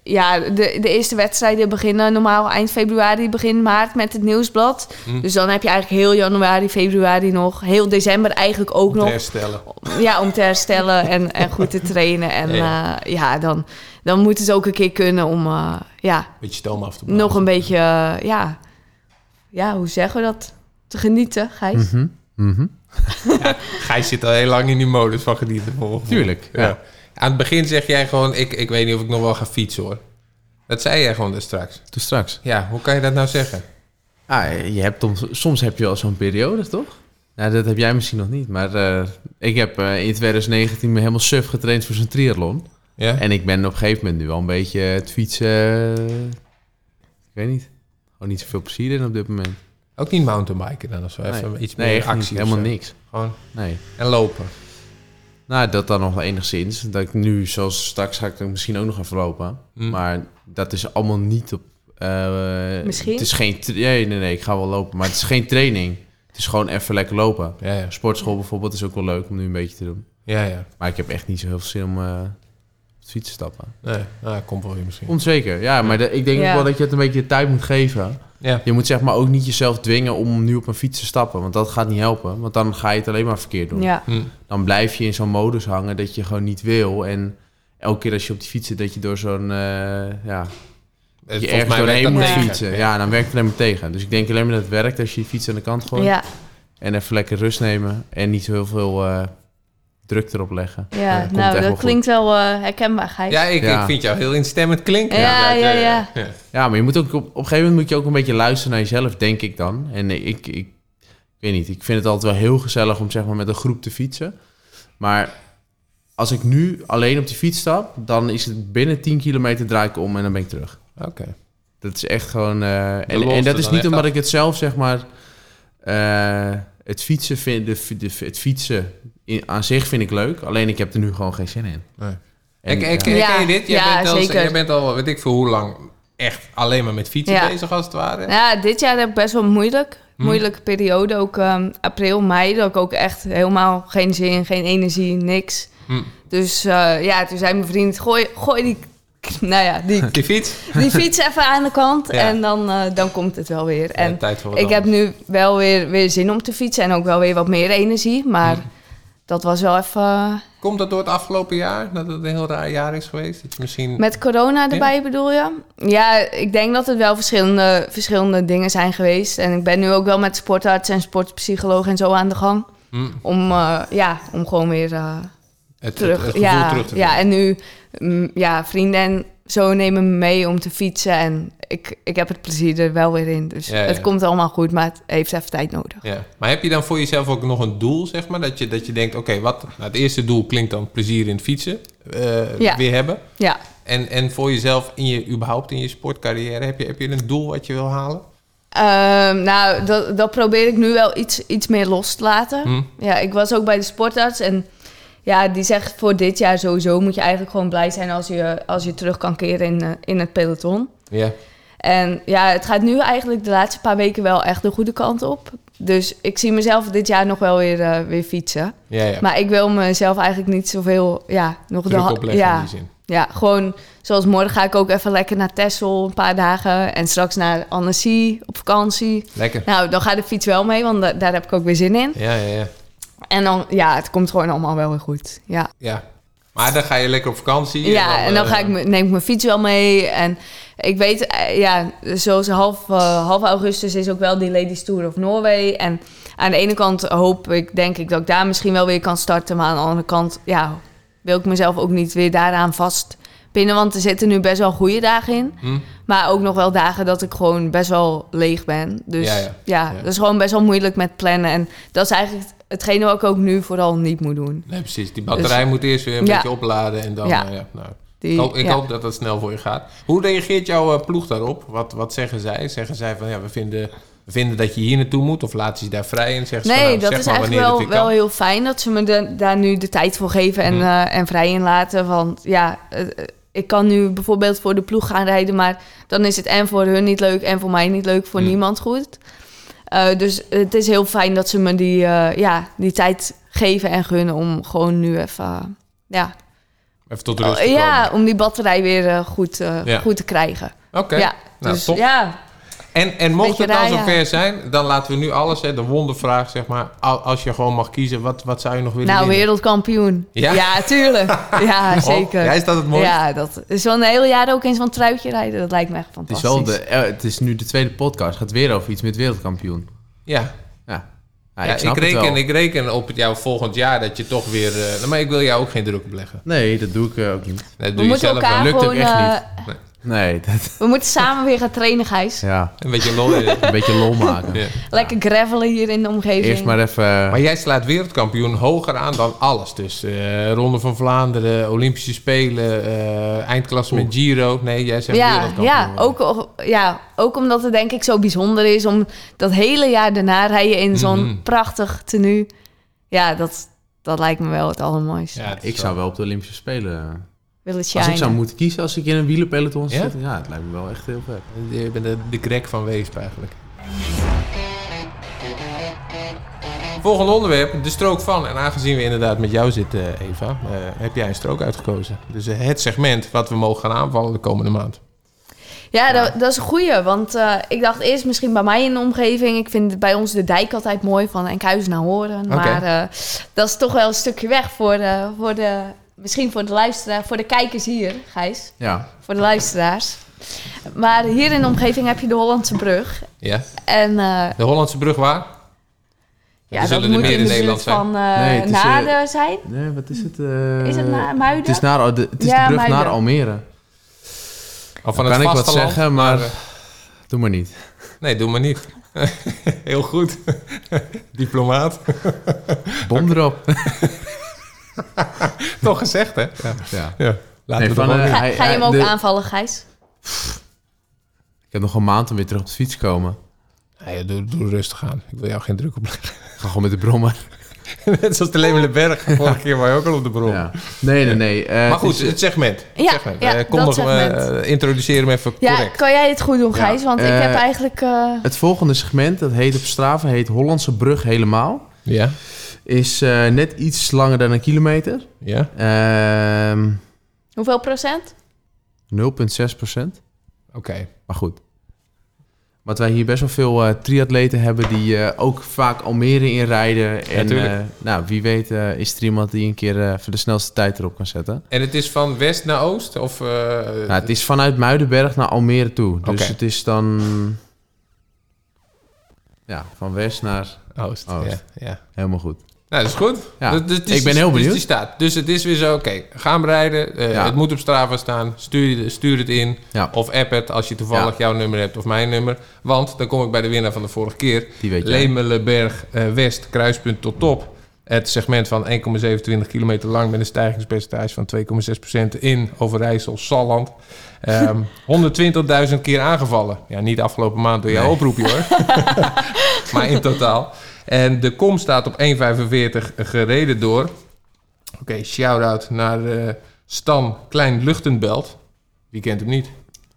Speaker 5: ja, de, de eerste wedstrijden beginnen normaal eind februari, begin maart met het nieuwsblad.
Speaker 3: Hm.
Speaker 5: Dus dan heb je eigenlijk heel januari, februari nog. Heel december eigenlijk ook
Speaker 3: te
Speaker 5: nog.
Speaker 3: herstellen.
Speaker 5: Ja, om te herstellen en, en goed te trainen. En
Speaker 3: Ja.
Speaker 5: ja, ja dan, dan moet het ook een keer kunnen om eh, ja,
Speaker 3: Beetje stoom af te
Speaker 5: nog een beetje, eh, ja, ja, hoe zeggen we dat? Te genieten, Gijs.
Speaker 4: Mhm, mhm.
Speaker 3: Gijs zit al heel lang in die modus van genieten. volgens mij.
Speaker 4: Tuurlijk.
Speaker 3: Ja.
Speaker 4: Ja.
Speaker 3: Aan het begin zeg jij gewoon, ik, ik weet niet of ik nog wel ga fietsen hoor. Dat zei jij gewoon dus straks.
Speaker 4: Toen straks.
Speaker 3: Ja, hoe kan je dat nou zeggen?
Speaker 4: Ah, je hebt soms, soms heb je wel zo'n periode, toch? Nou, dat heb jij misschien nog niet. Maar eh, ik heb eh, in 2019 me helemaal suf getraind voor zo'n triathlon.
Speaker 3: Ja?
Speaker 4: En ik ben op een gegeven moment nu wel een beetje het fietsen... eh, Ik weet niet. Gewoon niet zoveel plezier in op dit moment.
Speaker 3: Ook niet mountainbiken dan of zo? Even
Speaker 4: nee,
Speaker 3: iets
Speaker 4: nee,
Speaker 3: meer
Speaker 4: echt niet.
Speaker 3: actie of
Speaker 4: Helemaal
Speaker 3: zo.
Speaker 4: niks.
Speaker 3: Gewoon
Speaker 4: Nee.
Speaker 3: en lopen.
Speaker 4: Nou, dat dan nog wel enigszins. Dat ik nu, zoals straks, ga ik er misschien ook nog even lopen.
Speaker 3: Mm.
Speaker 4: Maar dat is allemaal niet op... eh,
Speaker 5: Misschien?
Speaker 4: Het is geen... tra- Nee, nee, nee. Ik ga wel lopen. Maar het is geen training. Het is gewoon even lekker lopen.
Speaker 3: Ja, ja.
Speaker 4: Sportschool bijvoorbeeld is ook wel leuk om nu een beetje te doen.
Speaker 3: Ja, ja.
Speaker 4: Maar ik heb echt niet zo heel veel zin om eh, op het fiets te stappen.
Speaker 3: Nee, nou, komt wel weer misschien.
Speaker 4: Onzeker, ja. Maar de- ik denk
Speaker 5: Ja.
Speaker 4: ook wel dat je het een beetje de tijd moet geven.
Speaker 3: Ja.
Speaker 4: Je moet zeg maar ook niet jezelf dwingen om nu op een fiets te stappen. Want dat gaat niet helpen. Want dan ga je het alleen maar verkeerd doen.
Speaker 5: Ja.
Speaker 3: Hm.
Speaker 4: Dan blijf je in zo'n modus hangen dat je gewoon niet wil. En elke keer als je op die fiets zit, dat je door zo'n... eh, ja,
Speaker 3: Het-
Speaker 4: je
Speaker 3: volgens mij
Speaker 4: ergens
Speaker 3: werkt
Speaker 4: doorheen
Speaker 3: dat
Speaker 4: moet
Speaker 5: tegen.
Speaker 4: fietsen. Ja, dan werkt het alleen maar tegen. Dus ik denk alleen maar dat het werkt als je je fiets aan de kant gooit.
Speaker 5: ja.
Speaker 4: En even lekker rust nemen. En niet zo heel veel eh, druk erop leggen. Eh,
Speaker 5: Ja,
Speaker 4: komt echt
Speaker 5: nou,
Speaker 4: wel
Speaker 5: dat
Speaker 4: goed.
Speaker 5: klinkt wel eh, herkenbaar, Gijs.
Speaker 3: Ja, ik,
Speaker 4: Ja.
Speaker 3: ik vind jou heel instemmend klinken. eh,
Speaker 5: Ja, ja, ja.
Speaker 4: Ja, maar je moet ook op, op een gegeven moment moet je ook een beetje luisteren naar jezelf, denk ik dan. En ik, ik, ik weet niet, ik vind het altijd wel heel gezellig om zeg maar met een groep te fietsen. Maar als ik nu alleen op die fiets stap, dan is het binnen 10 kilometer draai ik om en dan ben ik terug.
Speaker 3: Oké.
Speaker 4: Dat is echt gewoon. eh, en,
Speaker 3: lolste
Speaker 4: en dat is
Speaker 3: dan
Speaker 4: niet
Speaker 3: echt
Speaker 4: omdat
Speaker 3: af.
Speaker 4: ik het zelf zeg maar. eh, het fietsen, vind, de, fi- de, fi- het fietsen in- aan zich vind ik leuk. Alleen ik heb er nu gewoon geen zin in.
Speaker 3: Nee.
Speaker 4: En,
Speaker 3: Ik, ik,
Speaker 4: ja.
Speaker 3: ik
Speaker 5: Ja,
Speaker 3: ken je dit? Jij,
Speaker 5: ja,
Speaker 3: bent al,
Speaker 5: zeker.
Speaker 3: jij bent al, weet ik veel hoe lang, echt alleen maar met fietsen
Speaker 5: Ja.
Speaker 3: bezig als het ware.
Speaker 5: Ja, dit jaar heb ik best wel moeilijk.
Speaker 3: Hm.
Speaker 5: Moeilijke periode, ook ehm, april, mei. Dat ik ook echt helemaal geen zin, geen energie, niks.
Speaker 3: Hm.
Speaker 5: Dus eh, ja, toen zei mijn vriend, gooi, gooi die, nou ja, die,
Speaker 3: Die fiets.
Speaker 5: die fiets even aan de kant
Speaker 3: Ja.
Speaker 5: en dan, eh, dan komt het wel weer.
Speaker 3: En
Speaker 5: En
Speaker 3: tijd voor wat
Speaker 5: ik heb
Speaker 3: anders.
Speaker 5: nu wel weer, weer zin om te fietsen en ook wel weer wat meer energie.
Speaker 3: Hm.
Speaker 5: Maar dat was wel even eh,
Speaker 3: Komt dat door het afgelopen jaar? Dat het een heel raar jaar is geweest? Dat je misschien...
Speaker 5: met corona erbij, bedoel je? Ja, ik denk dat het wel verschillende, verschillende dingen zijn geweest. En ik ben nu ook wel met sportarts en sportpsycholoog en zo aan de gang.
Speaker 3: Hm.
Speaker 5: Om, eh, ja, om gewoon weer eh,
Speaker 3: het,
Speaker 5: terug,
Speaker 3: het, het gevoel
Speaker 5: ja,
Speaker 3: terug te
Speaker 5: Ja,
Speaker 3: vinden.
Speaker 5: en nu mm, ja, vrienden en zo nemen me mee om te fietsen. En ik, ik heb het plezier er wel weer in. Dus
Speaker 3: Ja, ja.
Speaker 5: het komt allemaal goed, maar het heeft even tijd nodig.
Speaker 3: Ja. Maar heb je dan voor jezelf ook nog een doel, zeg maar? Dat je, dat je denkt, oké, wat... Nou, het eerste doel klinkt dan plezier in het fietsen eh,
Speaker 5: Ja.
Speaker 3: weer hebben.
Speaker 5: Ja,
Speaker 3: En, en voor jezelf, in je, überhaupt in je sportcarrière, heb je, heb je een doel wat je wil halen?
Speaker 5: Ehm, nou, dat, dat probeer ik nu wel iets, iets meer los te laten.
Speaker 3: Hm.
Speaker 5: Ja, ik was ook bij de sportarts en ja, die zegt voor dit jaar sowieso moet je eigenlijk gewoon blij zijn als je, als je terug kan keren in, eh, in het peloton.
Speaker 3: Ja.
Speaker 5: En ja, het gaat nu eigenlijk de laatste paar weken wel echt de goede kant op. Dus ik zie mezelf dit jaar nog wel weer, eh, weer fietsen.
Speaker 3: Ja, ja.
Speaker 5: Maar ik wil mezelf eigenlijk niet zoveel, ja, nog de
Speaker 3: Druk
Speaker 5: ha-
Speaker 3: opleggen
Speaker 5: ja,
Speaker 3: in die zin.
Speaker 5: ja, gewoon zoals morgen ga ik ook even lekker naar Texel een paar dagen. En straks naar Annecy op vakantie.
Speaker 3: Lekker.
Speaker 5: Nou, dan gaat de fiets wel mee, want da- daar heb ik ook weer zin in.
Speaker 3: Ja, ja, ja.
Speaker 5: En dan, ja, het komt gewoon allemaal wel weer goed. Ja,
Speaker 3: ja. Maar dan ga je lekker op vakantie.
Speaker 5: ja en dan
Speaker 3: eh,
Speaker 5: ga ik, me- neem ik mijn fiets wel mee. En ik weet, eh, ja, zoals half, eh, half augustus is ook wel die Ladies Tour of Norway. En aan de ene kant hoop ik, denk ik, dat ik daar misschien wel weer kan starten. Maar aan de andere kant, ja, wil ik mezelf ook niet weer daaraan vastpinnen. Want er zitten nu best wel goede dagen in.
Speaker 3: Hm?
Speaker 5: Maar ook nog wel dagen dat ik gewoon best wel leeg ben. Dus
Speaker 3: Ja,
Speaker 5: ja,
Speaker 3: ja. Ja.
Speaker 5: dat is gewoon best wel moeilijk met plannen. En dat is eigenlijk hetgene wat ik ook nu vooral niet moet doen.
Speaker 3: Nee, precies. Die batterij moet eerst weer een
Speaker 5: Dus- Ja.
Speaker 3: beetje opladen en dan...
Speaker 5: Ja.
Speaker 3: eh, ja, nou.
Speaker 5: Die-
Speaker 3: Ik, hoop, ik
Speaker 5: ja.
Speaker 3: hoop dat dat snel voor je gaat. Hoe reageert jouw eh, ploeg daarop? Wat, wat zeggen zij? Zeggen zij van, ja, we vinden, we vinden dat je hier naartoe moet? Of laten ze je daar vrij in? Zeggen ze van,
Speaker 5: Nee,
Speaker 3: nou,
Speaker 5: dat
Speaker 3: zeg
Speaker 5: is
Speaker 3: maar
Speaker 5: eigenlijk
Speaker 3: wanneer
Speaker 5: wel,
Speaker 3: het weer kan.
Speaker 5: wel heel fijn dat ze me de- daar nu de tijd voor geven en,
Speaker 3: Hm.
Speaker 5: eh, en vrij in laten. Want ja, eh, ik kan nu bijvoorbeeld voor de ploeg gaan rijden, maar dan is het en voor hun niet leuk en voor mij niet leuk, voor
Speaker 3: Hm.
Speaker 5: niemand goed. Eh, dus het is heel fijn dat ze me die, eh, ja, die tijd geven en gunnen om gewoon nu even eh, ja,
Speaker 3: Even tot rust te
Speaker 5: Oh,
Speaker 3: komen.
Speaker 5: ja, om die batterij weer eh, goed, eh,
Speaker 3: Ja.
Speaker 5: goed te krijgen.
Speaker 3: Oké,
Speaker 5: Ja,
Speaker 3: nou
Speaker 5: dus,
Speaker 3: top.
Speaker 5: ja,
Speaker 3: En, en mocht
Speaker 5: Beetje
Speaker 3: het dan
Speaker 5: raar, ja.
Speaker 3: zover zijn, dan laten we nu alles, hè, de wondervraag zeg maar. Al- Als je gewoon mag kiezen, wat, wat zou je nog willen
Speaker 5: nou,
Speaker 3: winnen?
Speaker 5: wereldkampioen.
Speaker 3: Ja?
Speaker 5: Ja, tuurlijk. Ja,
Speaker 3: Oh,
Speaker 5: zeker.
Speaker 3: ja, is dat het mooiste?
Speaker 5: ja, dat is wel een hele jaar ook eens van truitje rijden. Dat lijkt me echt
Speaker 4: Het is,
Speaker 5: fantastisch.
Speaker 4: wel de, eh, het is nu de tweede podcast. Het gaat weer over iets met wereldkampioen.
Speaker 3: Ja,
Speaker 4: Ja, ja,
Speaker 3: ja,
Speaker 4: ik
Speaker 3: ik,
Speaker 4: snap het
Speaker 3: reken,
Speaker 4: wel.
Speaker 3: ik reken op het jou volgend jaar dat je toch weer... eh, nou, maar ik wil jou ook geen druk op leggen.
Speaker 4: Nee, dat doe ik eh, ook niet.
Speaker 3: Dat
Speaker 5: we
Speaker 3: doe je
Speaker 5: moeten
Speaker 3: zelf wel.
Speaker 5: elkaar
Speaker 4: lukt ook
Speaker 5: gewoon...
Speaker 4: echt
Speaker 5: eh,
Speaker 4: Nee, dat,
Speaker 5: we moeten samen weer gaan trainen, Gijs.
Speaker 4: ja,
Speaker 3: Een beetje lol. in.
Speaker 4: een beetje lol maken.
Speaker 3: Ja.
Speaker 5: Lekker gravelen hier in de omgeving.
Speaker 4: Eerst maar even...
Speaker 3: Maar jij slaat wereldkampioen hoger aan dan alles. Dus eh, Ronde van Vlaanderen, Olympische Spelen, eh eindklassement Giro. Nee, jij zegt
Speaker 5: ja,
Speaker 3: wereldkampioen.
Speaker 5: ja, ook, ja, ook omdat het denk ik zo bijzonder is om dat hele jaar daarna rijden in zo'n
Speaker 3: Mhm.
Speaker 5: prachtig tenue. Ja, dat, dat lijkt me wel het allermooiste.
Speaker 3: Ja, het is
Speaker 4: ik zou wel op de Olympische Spelen...
Speaker 5: Wil het
Speaker 4: Als ik zou
Speaker 5: shinen.
Speaker 4: moeten kiezen als ik in een wielerpeloton
Speaker 3: Ja?
Speaker 4: zit... Ja? het lijkt me wel echt heel vet.
Speaker 3: Je bent de, de Greg van Weesp eigenlijk. Volgende onderwerp, de strook van. En aangezien we inderdaad met jou zitten, Eva, eh, heb jij een strook uitgekozen. Dus eh, het segment wat we mogen gaan aanvallen de komende maand.
Speaker 5: Ja, dat, dat is een goeie. Want eh, ik dacht eerst misschien bij mij in de omgeving. Ik vind bij ons de dijk altijd mooi van Enkhuizen naar Horen.
Speaker 3: Oké.
Speaker 5: Maar eh, dat is toch wel een stukje weg voor, eh, voor de... Misschien voor de luisteraar, voor de kijkers hier, Gijs.
Speaker 4: Ja,
Speaker 5: Voor de luisteraars. Maar hier in de omgeving heb je de Hollandse brug.
Speaker 3: Ja?
Speaker 5: En eh,
Speaker 3: De Hollandse brug waar?
Speaker 5: ja,
Speaker 3: er
Speaker 5: dat
Speaker 3: zullen er
Speaker 5: moet
Speaker 3: meer
Speaker 5: in
Speaker 3: in
Speaker 5: de
Speaker 3: Nederland
Speaker 5: buurt
Speaker 3: zijn.
Speaker 5: van eh
Speaker 4: Nee, het is, eh,
Speaker 5: Naarden zijn.
Speaker 4: Nee, wat is het?
Speaker 5: Is het na-
Speaker 4: naar
Speaker 5: Muiden?
Speaker 4: Het is, naar, de, het is
Speaker 5: Ja,
Speaker 4: de brug
Speaker 5: Muiden.
Speaker 4: naar Almere.
Speaker 3: Of van
Speaker 4: Dan
Speaker 3: het
Speaker 4: kan ik wat
Speaker 3: vasteland?
Speaker 4: zeggen, maar-
Speaker 3: eh,
Speaker 4: Doe maar niet.
Speaker 3: Nee, doe maar niet. Heel goed. Diplomaat.
Speaker 4: Bom erop. Toch gezegd, hè? Ja.
Speaker 3: Ja. Laten
Speaker 4: Nee,
Speaker 3: we
Speaker 4: van,
Speaker 3: dat ook
Speaker 4: eh,
Speaker 3: doen.
Speaker 5: Ga,
Speaker 4: hij-
Speaker 5: ga je hem
Speaker 4: hij-
Speaker 5: ook
Speaker 4: de-
Speaker 5: aanvallen, Gijs?
Speaker 4: Ik heb nog een maand om weer terug op de fiets te komen.
Speaker 3: Nee, doe, doe rustig aan. Ik wil jou geen druk opleggen.
Speaker 4: Ik ga gewoon met de brommer.
Speaker 3: Net zoals de Lemelenberg. Vorige keer was je ook al op de bron.
Speaker 4: Ja. Nee, nee, nee. eh,
Speaker 3: Maar goed,
Speaker 4: het is-
Speaker 3: het segment. Het
Speaker 5: Ja,
Speaker 3: segment.
Speaker 5: ja,
Speaker 3: Eh, kom
Speaker 5: dat
Speaker 3: nog, eh,
Speaker 5: segment.
Speaker 3: introduceer hem even
Speaker 5: Ja,
Speaker 3: correct.
Speaker 5: kan jij het goed doen,
Speaker 4: Ja.
Speaker 5: Gijs? Want ik
Speaker 4: Eh,
Speaker 5: heb eigenlijk... eh,
Speaker 4: het volgende segment, dat heet op Strava, heet Hollandse Brug helemaal.
Speaker 3: Ja,
Speaker 4: Is eh, net iets langer dan een kilometer.
Speaker 3: ja.
Speaker 4: Ehm 0,6
Speaker 5: hoeveel procent?
Speaker 4: procent.
Speaker 3: Oké.
Speaker 4: Maar goed. Wat wij hier best wel veel eh, triatleten hebben die eh, ook vaak Almere inrijden. En
Speaker 3: tuurlijk.
Speaker 4: eh, nou, wie weet eh, is er iemand die een keer eh, voor de snelste tijd erop kan zetten.
Speaker 3: En het is van west naar oost? Of, eh,
Speaker 4: Nou, het is vanuit Muidenberg naar Almere toe. Dus
Speaker 3: Oké.
Speaker 4: het is dan ja, van west naar
Speaker 3: oost.
Speaker 4: oost.
Speaker 3: Ja, ja.
Speaker 4: helemaal goed.
Speaker 3: Nou, dat is goed.
Speaker 4: Ja,
Speaker 3: Dus- dus het is-
Speaker 4: ik ben heel
Speaker 3: dus die
Speaker 4: benieuwd.
Speaker 3: staat. Dus het is weer zo, oké, ga hem rijden. eh,
Speaker 4: Ja.
Speaker 3: Het moet op Strava staan. Stuur, stuur het in.
Speaker 4: Ja,
Speaker 3: Of app het als je toevallig jouw nummer hebt of mijn nummer. Want dan kom ik bij de winnaar van de vorige keer.
Speaker 4: die weet je.
Speaker 3: Lemelenberg eh, West, kruispunt tot top. Het segment van 1,27 kilometer lang met een stijgingspercentage van 2,6% in Overijssel, Salland. Ehm 120.000 keer aangevallen. Ja, niet afgelopen maand door jouw
Speaker 4: Nee.
Speaker 3: oproepje hoor. maar in totaal. En de kom staat op 1,45 gereden door. Oké, shout-out naar eh, Stan Klein-Luchtenbelt. Wie kent hem niet?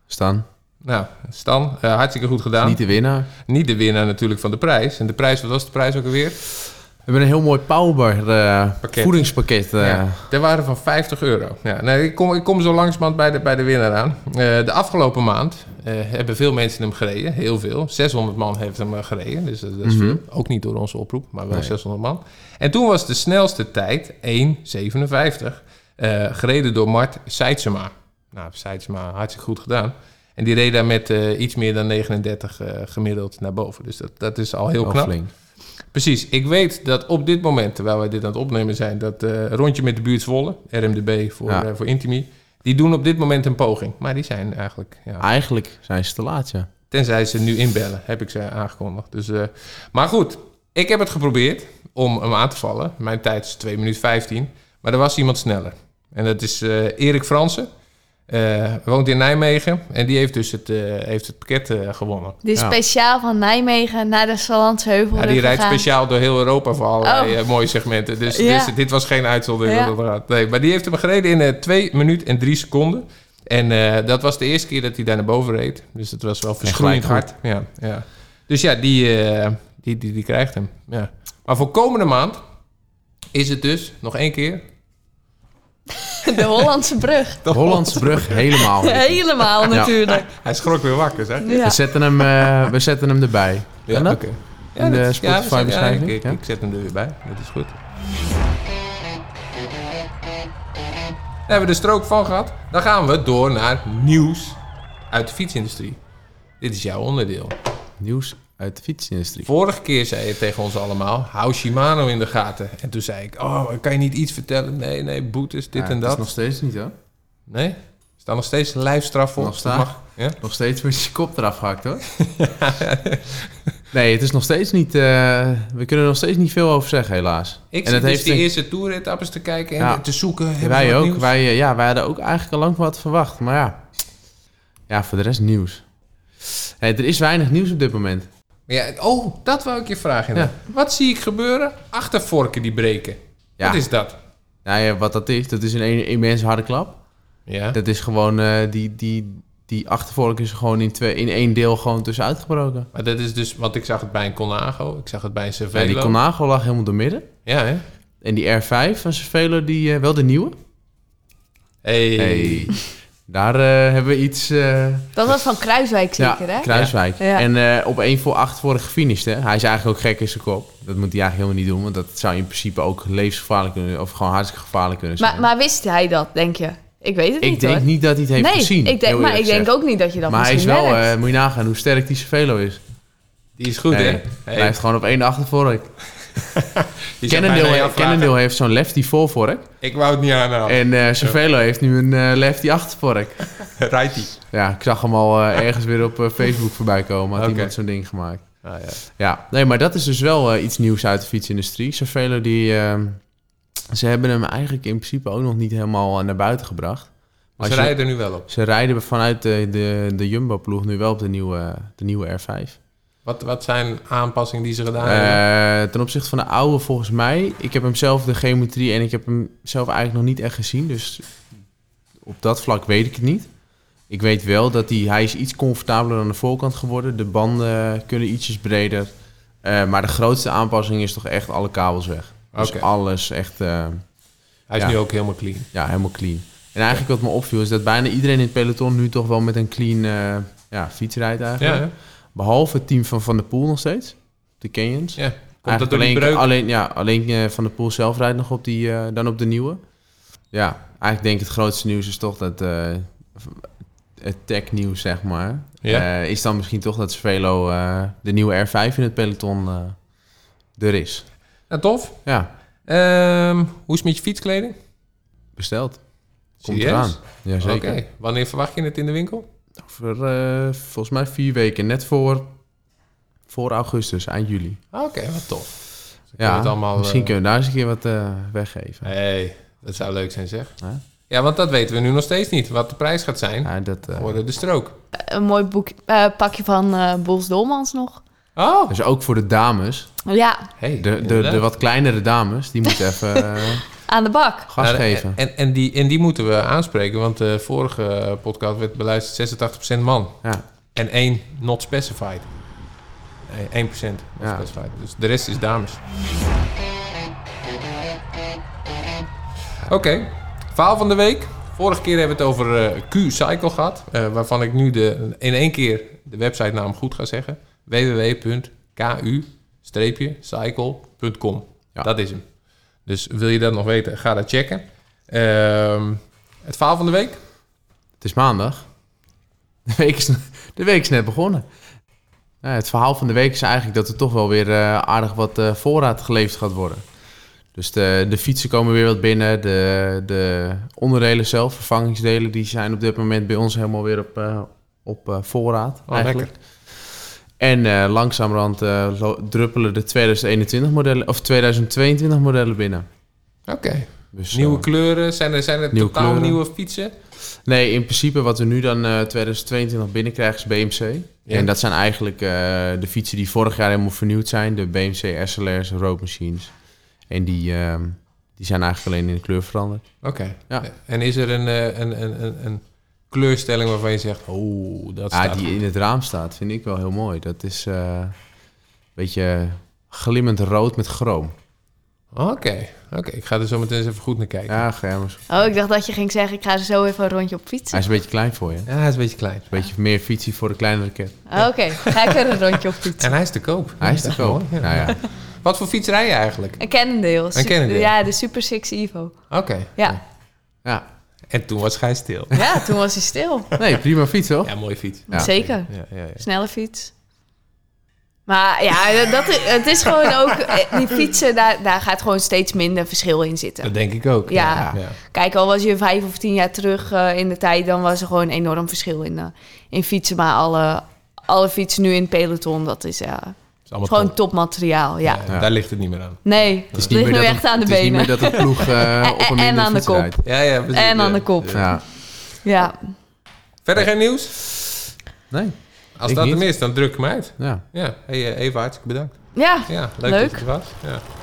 Speaker 4: Stan,
Speaker 3: Nou, Stan, eh, hartstikke goed gedaan.
Speaker 4: niet de winnaar.
Speaker 3: Niet de winnaar natuurlijk van de prijs. En de prijs, wat was de prijs ook alweer?
Speaker 4: We hebben een heel mooi Powerbar eh,
Speaker 3: Pakket.
Speaker 4: voedingspakket. eh.
Speaker 3: Ja, ter waarde van 50 euro. Ja, nou, ik, kom, ik kom zo langzamerhand bij de, bij de winnaar aan. Eh, de afgelopen maand eh, hebben veel mensen hem gereden. Heel veel. 600 man heeft hem eh, gereden. Dus dat, dat is
Speaker 4: Mhm.
Speaker 3: veel. Ook niet door onze oproep, maar wel
Speaker 4: Nee.
Speaker 3: 600 man. En toen was de snelste tijd 1,57. eh, gereden door Mart Seidsema. Nou, Seidsema, hartstikke goed gedaan. En die reed daar met eh, iets meer dan 39 eh, gemiddeld naar boven. Dus dat, dat is al heel
Speaker 4: Wel
Speaker 3: knap.
Speaker 4: flink.
Speaker 3: Precies. Ik weet dat op dit moment, terwijl wij dit aan het opnemen zijn, dat eh, rondje met de buurt Zwolle, RMDB voor,
Speaker 4: Ja.
Speaker 3: eh, voor Intimi, die doen op dit moment een poging. Maar die zijn eigenlijk,
Speaker 4: Ah.
Speaker 3: ja,
Speaker 4: Eigenlijk zijn ze te laat, ja.
Speaker 3: tenzij ze nu inbellen, heb ik ze aangekondigd. Dus, eh, maar goed, ik heb het geprobeerd om hem aan te vallen. Mijn tijd is 2 minuten 15, maar er was iemand sneller. En dat is eh, Erik Fransen. Eh, woont in Nijmegen en die heeft dus het, eh, heeft het pakket eh, gewonnen.
Speaker 5: Die is
Speaker 4: Ja.
Speaker 5: speciaal van Nijmegen naar de Sallandse Heuvel.
Speaker 3: Ja, die rijdt speciaal door heel Europa voor allerlei
Speaker 5: Oh.
Speaker 3: eh, mooie segmenten. Dus,
Speaker 5: Ja.
Speaker 3: dus dit was geen uitzondering.
Speaker 5: Ja.
Speaker 3: wat dat gaat. Nee, maar die heeft hem gereden in eh 2 minuut en 3 seconden. En eh, dat was de eerste keer dat hij daar naar boven reed. Dus dat was wel verschroeiend
Speaker 4: gelijk
Speaker 3: hard. Ja, ja. Dus ja, die, eh, die, die, die krijgt hem. Ja. Maar voor komende maand is het dus, nog één keer...
Speaker 5: De Hollandse brug.
Speaker 4: Hollandse brug helemaal.
Speaker 5: Helemaal natuurlijk.
Speaker 3: Hij schrok weer wakker, zeg.
Speaker 5: Ja.
Speaker 4: We, zetten hem, eh, we zetten hem erbij. Kan dat?
Speaker 3: oké.
Speaker 4: In de
Speaker 3: dat-
Speaker 4: eh, Spotify
Speaker 3: we zetten-
Speaker 4: beschrijving,
Speaker 3: ik,
Speaker 4: ja?
Speaker 3: ik zet hem er weer bij, dat is goed. Dan hebben we de strook van gehad. Dan gaan we door naar nieuws uit de fietsindustrie. Dit is jouw onderdeel.
Speaker 4: Nieuws uit de fietsindustrie.
Speaker 3: Vorige keer zei je tegen ons allemaal, hou Shimano in de gaten. En toen zei ik, oh, kan je niet iets vertellen? Nee, nee, boetes, dit
Speaker 4: Ja,
Speaker 3: en
Speaker 4: Dat is
Speaker 3: dat.
Speaker 4: nog steeds niet, hoor.
Speaker 3: Nee? Is daar nog steeds een lijfstraf voor?
Speaker 4: Nog
Speaker 3: Dat
Speaker 4: staat.
Speaker 3: mag- Ja?
Speaker 4: Nog steeds wordt je kop eraf gehakt, hoor. nee, het is nog steeds niet... eh, we kunnen er nog steeds niet veel over zeggen, helaas.
Speaker 3: Ik
Speaker 4: en
Speaker 3: zit
Speaker 4: het
Speaker 3: dus
Speaker 4: heeft
Speaker 3: die
Speaker 4: een-
Speaker 3: eerste toeretappers te kijken en
Speaker 4: Ja.
Speaker 3: te zoeken. Hebben ze
Speaker 4: wij
Speaker 3: wat
Speaker 4: ook.
Speaker 3: nieuws?
Speaker 4: Wij, eh, ja, wij hadden ook eigenlijk al lang wat verwacht. Maar ja, ja voor de rest nieuws. Hey, er is weinig nieuws op dit moment.
Speaker 3: Ja, oh, dat wou ik je vragen.
Speaker 4: Ja.
Speaker 3: Wat zie ik gebeuren? Achtervorken die breken.
Speaker 4: Ja.
Speaker 3: Wat is dat?
Speaker 4: Nou ja, wat dat is, dat is een een- immense harde klap.
Speaker 3: Ja.
Speaker 4: Dat is gewoon, eh, die, die, die achtervork is gewoon in, twee, in één deel gewoon tussenuit gebroken.
Speaker 3: Maar dat is dus, want ik zag het bij een Conago, ik zag het bij een
Speaker 4: Ja,
Speaker 3: Cervelo.
Speaker 4: die Conago lag helemaal door midden.
Speaker 3: Ja, hè?
Speaker 4: En die R5 van Cervelo, die, eh, wel de nieuwe.
Speaker 3: Hey.
Speaker 4: Hey, daar eh, hebben we iets... eh,
Speaker 5: Dat was van Kruiswijk zeker, hè?
Speaker 4: Kruiswijk.
Speaker 5: Ja.
Speaker 4: En eh, op 1 voor 8 worden gefinished. Hè? Hij is eigenlijk ook gek in zijn kop. Dat moet hij eigenlijk helemaal niet doen. Want dat zou in principe ook levensgevaarlijk kunnen... of gewoon hartstikke gevaarlijk kunnen zijn.
Speaker 5: Maar, maar wist hij dat, denk je? Ik weet het
Speaker 4: ik
Speaker 5: niet,
Speaker 4: denk
Speaker 5: hoor.
Speaker 4: niet dat hij het heeft
Speaker 5: nee,
Speaker 4: gezien.
Speaker 5: ik denk,
Speaker 4: heel
Speaker 5: maar ik
Speaker 4: eerlijk
Speaker 5: denk
Speaker 4: gezegd.
Speaker 5: ook niet dat je dat
Speaker 4: Maar hij is
Speaker 5: misschien
Speaker 4: wel...
Speaker 5: merkt.
Speaker 4: eh, moet je nagaan hoe sterk die Cervelo is.
Speaker 3: Die is goed,
Speaker 4: Nee,
Speaker 3: hè?
Speaker 4: Hij blijft gewoon op één achtervork.
Speaker 3: Die zou bijna Oh. jou
Speaker 4: Cannondale,
Speaker 3: vragen.
Speaker 4: Cannondale heeft zo'n lefty voorvork.
Speaker 3: Ik wou het niet aanhalen.
Speaker 4: En eh Cervelo heeft nu een eh, lefty achtervork.
Speaker 3: Righty.
Speaker 4: Ja, ik zag hem al eh, ergens weer op eh, Facebook voorbij komen. Had
Speaker 3: Oké.
Speaker 4: iemand zo'n ding gemaakt.
Speaker 3: Ah, ja.
Speaker 4: Ja, nee, maar dat is dus wel eh, iets nieuws uit de fietsindustrie. Cervelo die, ehm, Ze hebben hem eigenlijk in principe ook nog niet helemaal eh, naar buiten gebracht.
Speaker 3: Maar
Speaker 4: Als
Speaker 3: ze
Speaker 4: je-
Speaker 3: rijden er nu wel op.
Speaker 4: Ze rijden vanuit de, de, de Jumbo-ploeg nu wel op de nieuwe, de nieuwe R5.
Speaker 3: Wat, wat zijn aanpassingen die ze gedaan hebben?
Speaker 4: Eh, ten opzichte van de oude, volgens mij, ik heb hem zelf de geometrie en ik heb hem zelf eigenlijk nog niet echt gezien. Dus op dat vlak weet ik het niet. Ik weet wel dat hij, hij is iets comfortabeler aan de voorkant geworden. De banden kunnen ietsjes breder. Eh, maar de grootste aanpassing is toch echt alle kabels weg.
Speaker 3: Oké.
Speaker 4: Dus alles echt eh,
Speaker 3: Hij is
Speaker 4: ja.
Speaker 3: nu ook helemaal clean.
Speaker 4: ja, helemaal clean. En eigenlijk wat me opviel is dat bijna iedereen in het peloton nu toch wel met een clean eh, ja, fiets rijdt
Speaker 3: Ja,
Speaker 4: eigenlijk.
Speaker 3: hè?
Speaker 4: Behalve het team van Van der Poel nog steeds. De Kenyans.
Speaker 3: ja. Komt dat
Speaker 4: Eigenlijk
Speaker 3: door die
Speaker 4: alleen,
Speaker 3: breuk?
Speaker 4: alleen, ja, alleen eh, Van de Poel zelf rijdt nog op die, eh, dan op de nieuwe. Ja, eigenlijk denk ik het grootste nieuws is toch dat... eh, het tech-nieuws, zeg maar.
Speaker 3: Ja.
Speaker 4: eh, is dan misschien toch dat Svelo eh, de nieuwe R5 in het peloton eh, er is.
Speaker 3: Nou, tof.
Speaker 4: Ja,
Speaker 3: Ehm, hoe is het met je fietskleding?
Speaker 4: besteld. Komt
Speaker 3: Serieus?
Speaker 4: eraan. Jazeker.
Speaker 3: Oké. Wanneer verwacht je het in de winkel?
Speaker 4: Over eh, volgens mij vier weken. Net voor, voor augustus, eind juli.
Speaker 3: Ah, Oké, wat tof. Dus dan kunnen we
Speaker 4: Ja,
Speaker 3: het allemaal,
Speaker 4: misschien
Speaker 3: eh,
Speaker 4: kunnen we daar eens een keer wat eh, weggeven.
Speaker 3: Hey, dat zou leuk zijn zeg.
Speaker 4: Ja.
Speaker 3: Ja, want dat weten we nu nog steeds niet. Wat de prijs gaat zijn
Speaker 4: Ja, dat, eh,
Speaker 3: voor de, de strook.
Speaker 5: Een mooi boek, eh, pakje van eh Bols Dolmans nog.
Speaker 3: Oh,
Speaker 4: dus ook voor de dames.
Speaker 5: Ja,
Speaker 3: hey,
Speaker 4: De, de, de wat kleinere dames, die moeten even eh,
Speaker 5: aan de bak.
Speaker 4: gas
Speaker 3: Nou,
Speaker 4: geven.
Speaker 3: En, en, die, en die moeten we aanspreken, want de vorige podcast werd beluisterd 86% man.
Speaker 4: Ja,
Speaker 3: En één not specified. Nee, 1% not
Speaker 4: Ja.
Speaker 3: specified. Dus de rest is dames. Oké, verhaal van de week. Vorige keer hebben we het over eh, Q-Cycle gehad. eh, waarvan ik nu de, in één keer de websitenaam goed ga zeggen. www.ku-cycle.com
Speaker 4: Ja.
Speaker 3: Dat is hem. Dus wil je dat nog weten, ga dat checken. Ehm, het verhaal van de week.
Speaker 4: het is maandag. De week is, de week is net begonnen. Nou, het verhaal van de week is eigenlijk dat er toch wel weer eh, aardig wat eh, voorraad geleverd gaat worden. Dus de, de fietsen komen weer wat binnen. De, de onderdelen zelf, vervangingsdelen, die zijn op dit moment bij ons helemaal weer op, eh, op eh, voorraad.
Speaker 3: Oh,
Speaker 4: En eh, langzamerhand eh, lo- druppelen de 2021 modellen, of 2022 modellen binnen.
Speaker 3: Oké.
Speaker 4: Dus, eh,
Speaker 3: Nieuwe kleuren? Zijn er, zijn er
Speaker 4: Nieuwe
Speaker 3: totaal
Speaker 4: kleuren.
Speaker 3: nieuwe fietsen?
Speaker 4: Nee, in principe wat we nu dan eh 2022 binnenkrijgen is BMC.
Speaker 3: Ja.
Speaker 4: En dat zijn eigenlijk eh, de fietsen die vorig jaar helemaal vernieuwd zijn. De BMC SLR's, Road Machines. En die, ehm, die zijn eigenlijk alleen in de kleur veranderd.
Speaker 3: Oké.
Speaker 4: Ja.
Speaker 3: En is er een, eh, een, een, een, een kleurstelling waarvan je zegt, oh, dat
Speaker 4: Ja,
Speaker 3: staat
Speaker 4: Ah, die
Speaker 3: goed.
Speaker 4: in het raam staat vind ik wel heel mooi. Dat is eh, een beetje glimmend rood met chroom.
Speaker 3: Oké, oké. Ik ga er zo meteen eens even goed naar kijken.
Speaker 4: Ja, ga jij maar zo.
Speaker 5: Oh, ik dacht dat je ging zeggen, ik ga ze zo even een rondje op
Speaker 4: Hij
Speaker 5: fietsen.
Speaker 4: is een beetje klein voor je. Een
Speaker 3: Ja, hij is een beetje klein.
Speaker 4: beetje meer fietsie voor de kleinere cat.
Speaker 5: Oh, Oké, ga ik er een rondje op fietsen.
Speaker 3: En hij is te koop.
Speaker 4: Hij is te koop.
Speaker 3: Ja.
Speaker 4: Nou ja,
Speaker 3: Wat voor fiets rij je eigenlijk?
Speaker 5: Een Cannondale. Su-
Speaker 3: Cannondale.
Speaker 5: Ja, de Super Six Evo.
Speaker 3: Oké.
Speaker 5: Ja.
Speaker 4: ja.
Speaker 3: En toen was hij stil.
Speaker 5: ja, toen was hij stil.
Speaker 4: Nee, prima fiets toch?
Speaker 3: Ja, mooie fiets.
Speaker 4: Ja.
Speaker 5: Zeker.
Speaker 3: Ja, ja, ja.
Speaker 5: Snelle fiets. Maar ja, dat, het is gewoon ook... eh, Die fietsen, daar, daar gaat gewoon steeds minder verschil in zitten.
Speaker 3: Dat denk ik ook.
Speaker 5: Ja.
Speaker 3: ja.
Speaker 5: Kijk, al was je vijf of tien jaar terug eh, in de tijd... dan was er gewoon enorm verschil in, eh, in fietsen. Maar alle, alle fietsen nu in het peloton, dat is, ja,
Speaker 3: Het is allemaal
Speaker 5: gewoon
Speaker 3: top.
Speaker 5: topmateriaal. Ja.
Speaker 3: Ja, Daar ligt het niet meer aan.
Speaker 5: Nee, het,
Speaker 4: Het is niet
Speaker 5: ligt
Speaker 4: meer
Speaker 5: nu
Speaker 4: dat
Speaker 5: echt aan de
Speaker 4: het is niet
Speaker 5: benen.
Speaker 4: meer dat een ploeg eh,
Speaker 5: En-
Speaker 4: op een
Speaker 5: en
Speaker 4: minder
Speaker 5: aan de
Speaker 4: fiets
Speaker 5: kop.
Speaker 4: rijdt.
Speaker 3: Ja, ja, precies.
Speaker 5: En aan
Speaker 3: Ja.
Speaker 5: de kop.
Speaker 4: Ja.
Speaker 5: Ja,
Speaker 3: Verder geen nieuws?
Speaker 4: Nee.
Speaker 3: Als
Speaker 4: Ik
Speaker 3: dat
Speaker 4: niet.
Speaker 3: hem is, dan druk ik hem uit.
Speaker 4: Ja.
Speaker 3: Ja. Hey, eh, Eva, hartstikke bedankt.
Speaker 5: ja.
Speaker 3: Ja, leuk,
Speaker 5: Leuk.
Speaker 3: dat je er was. Ja.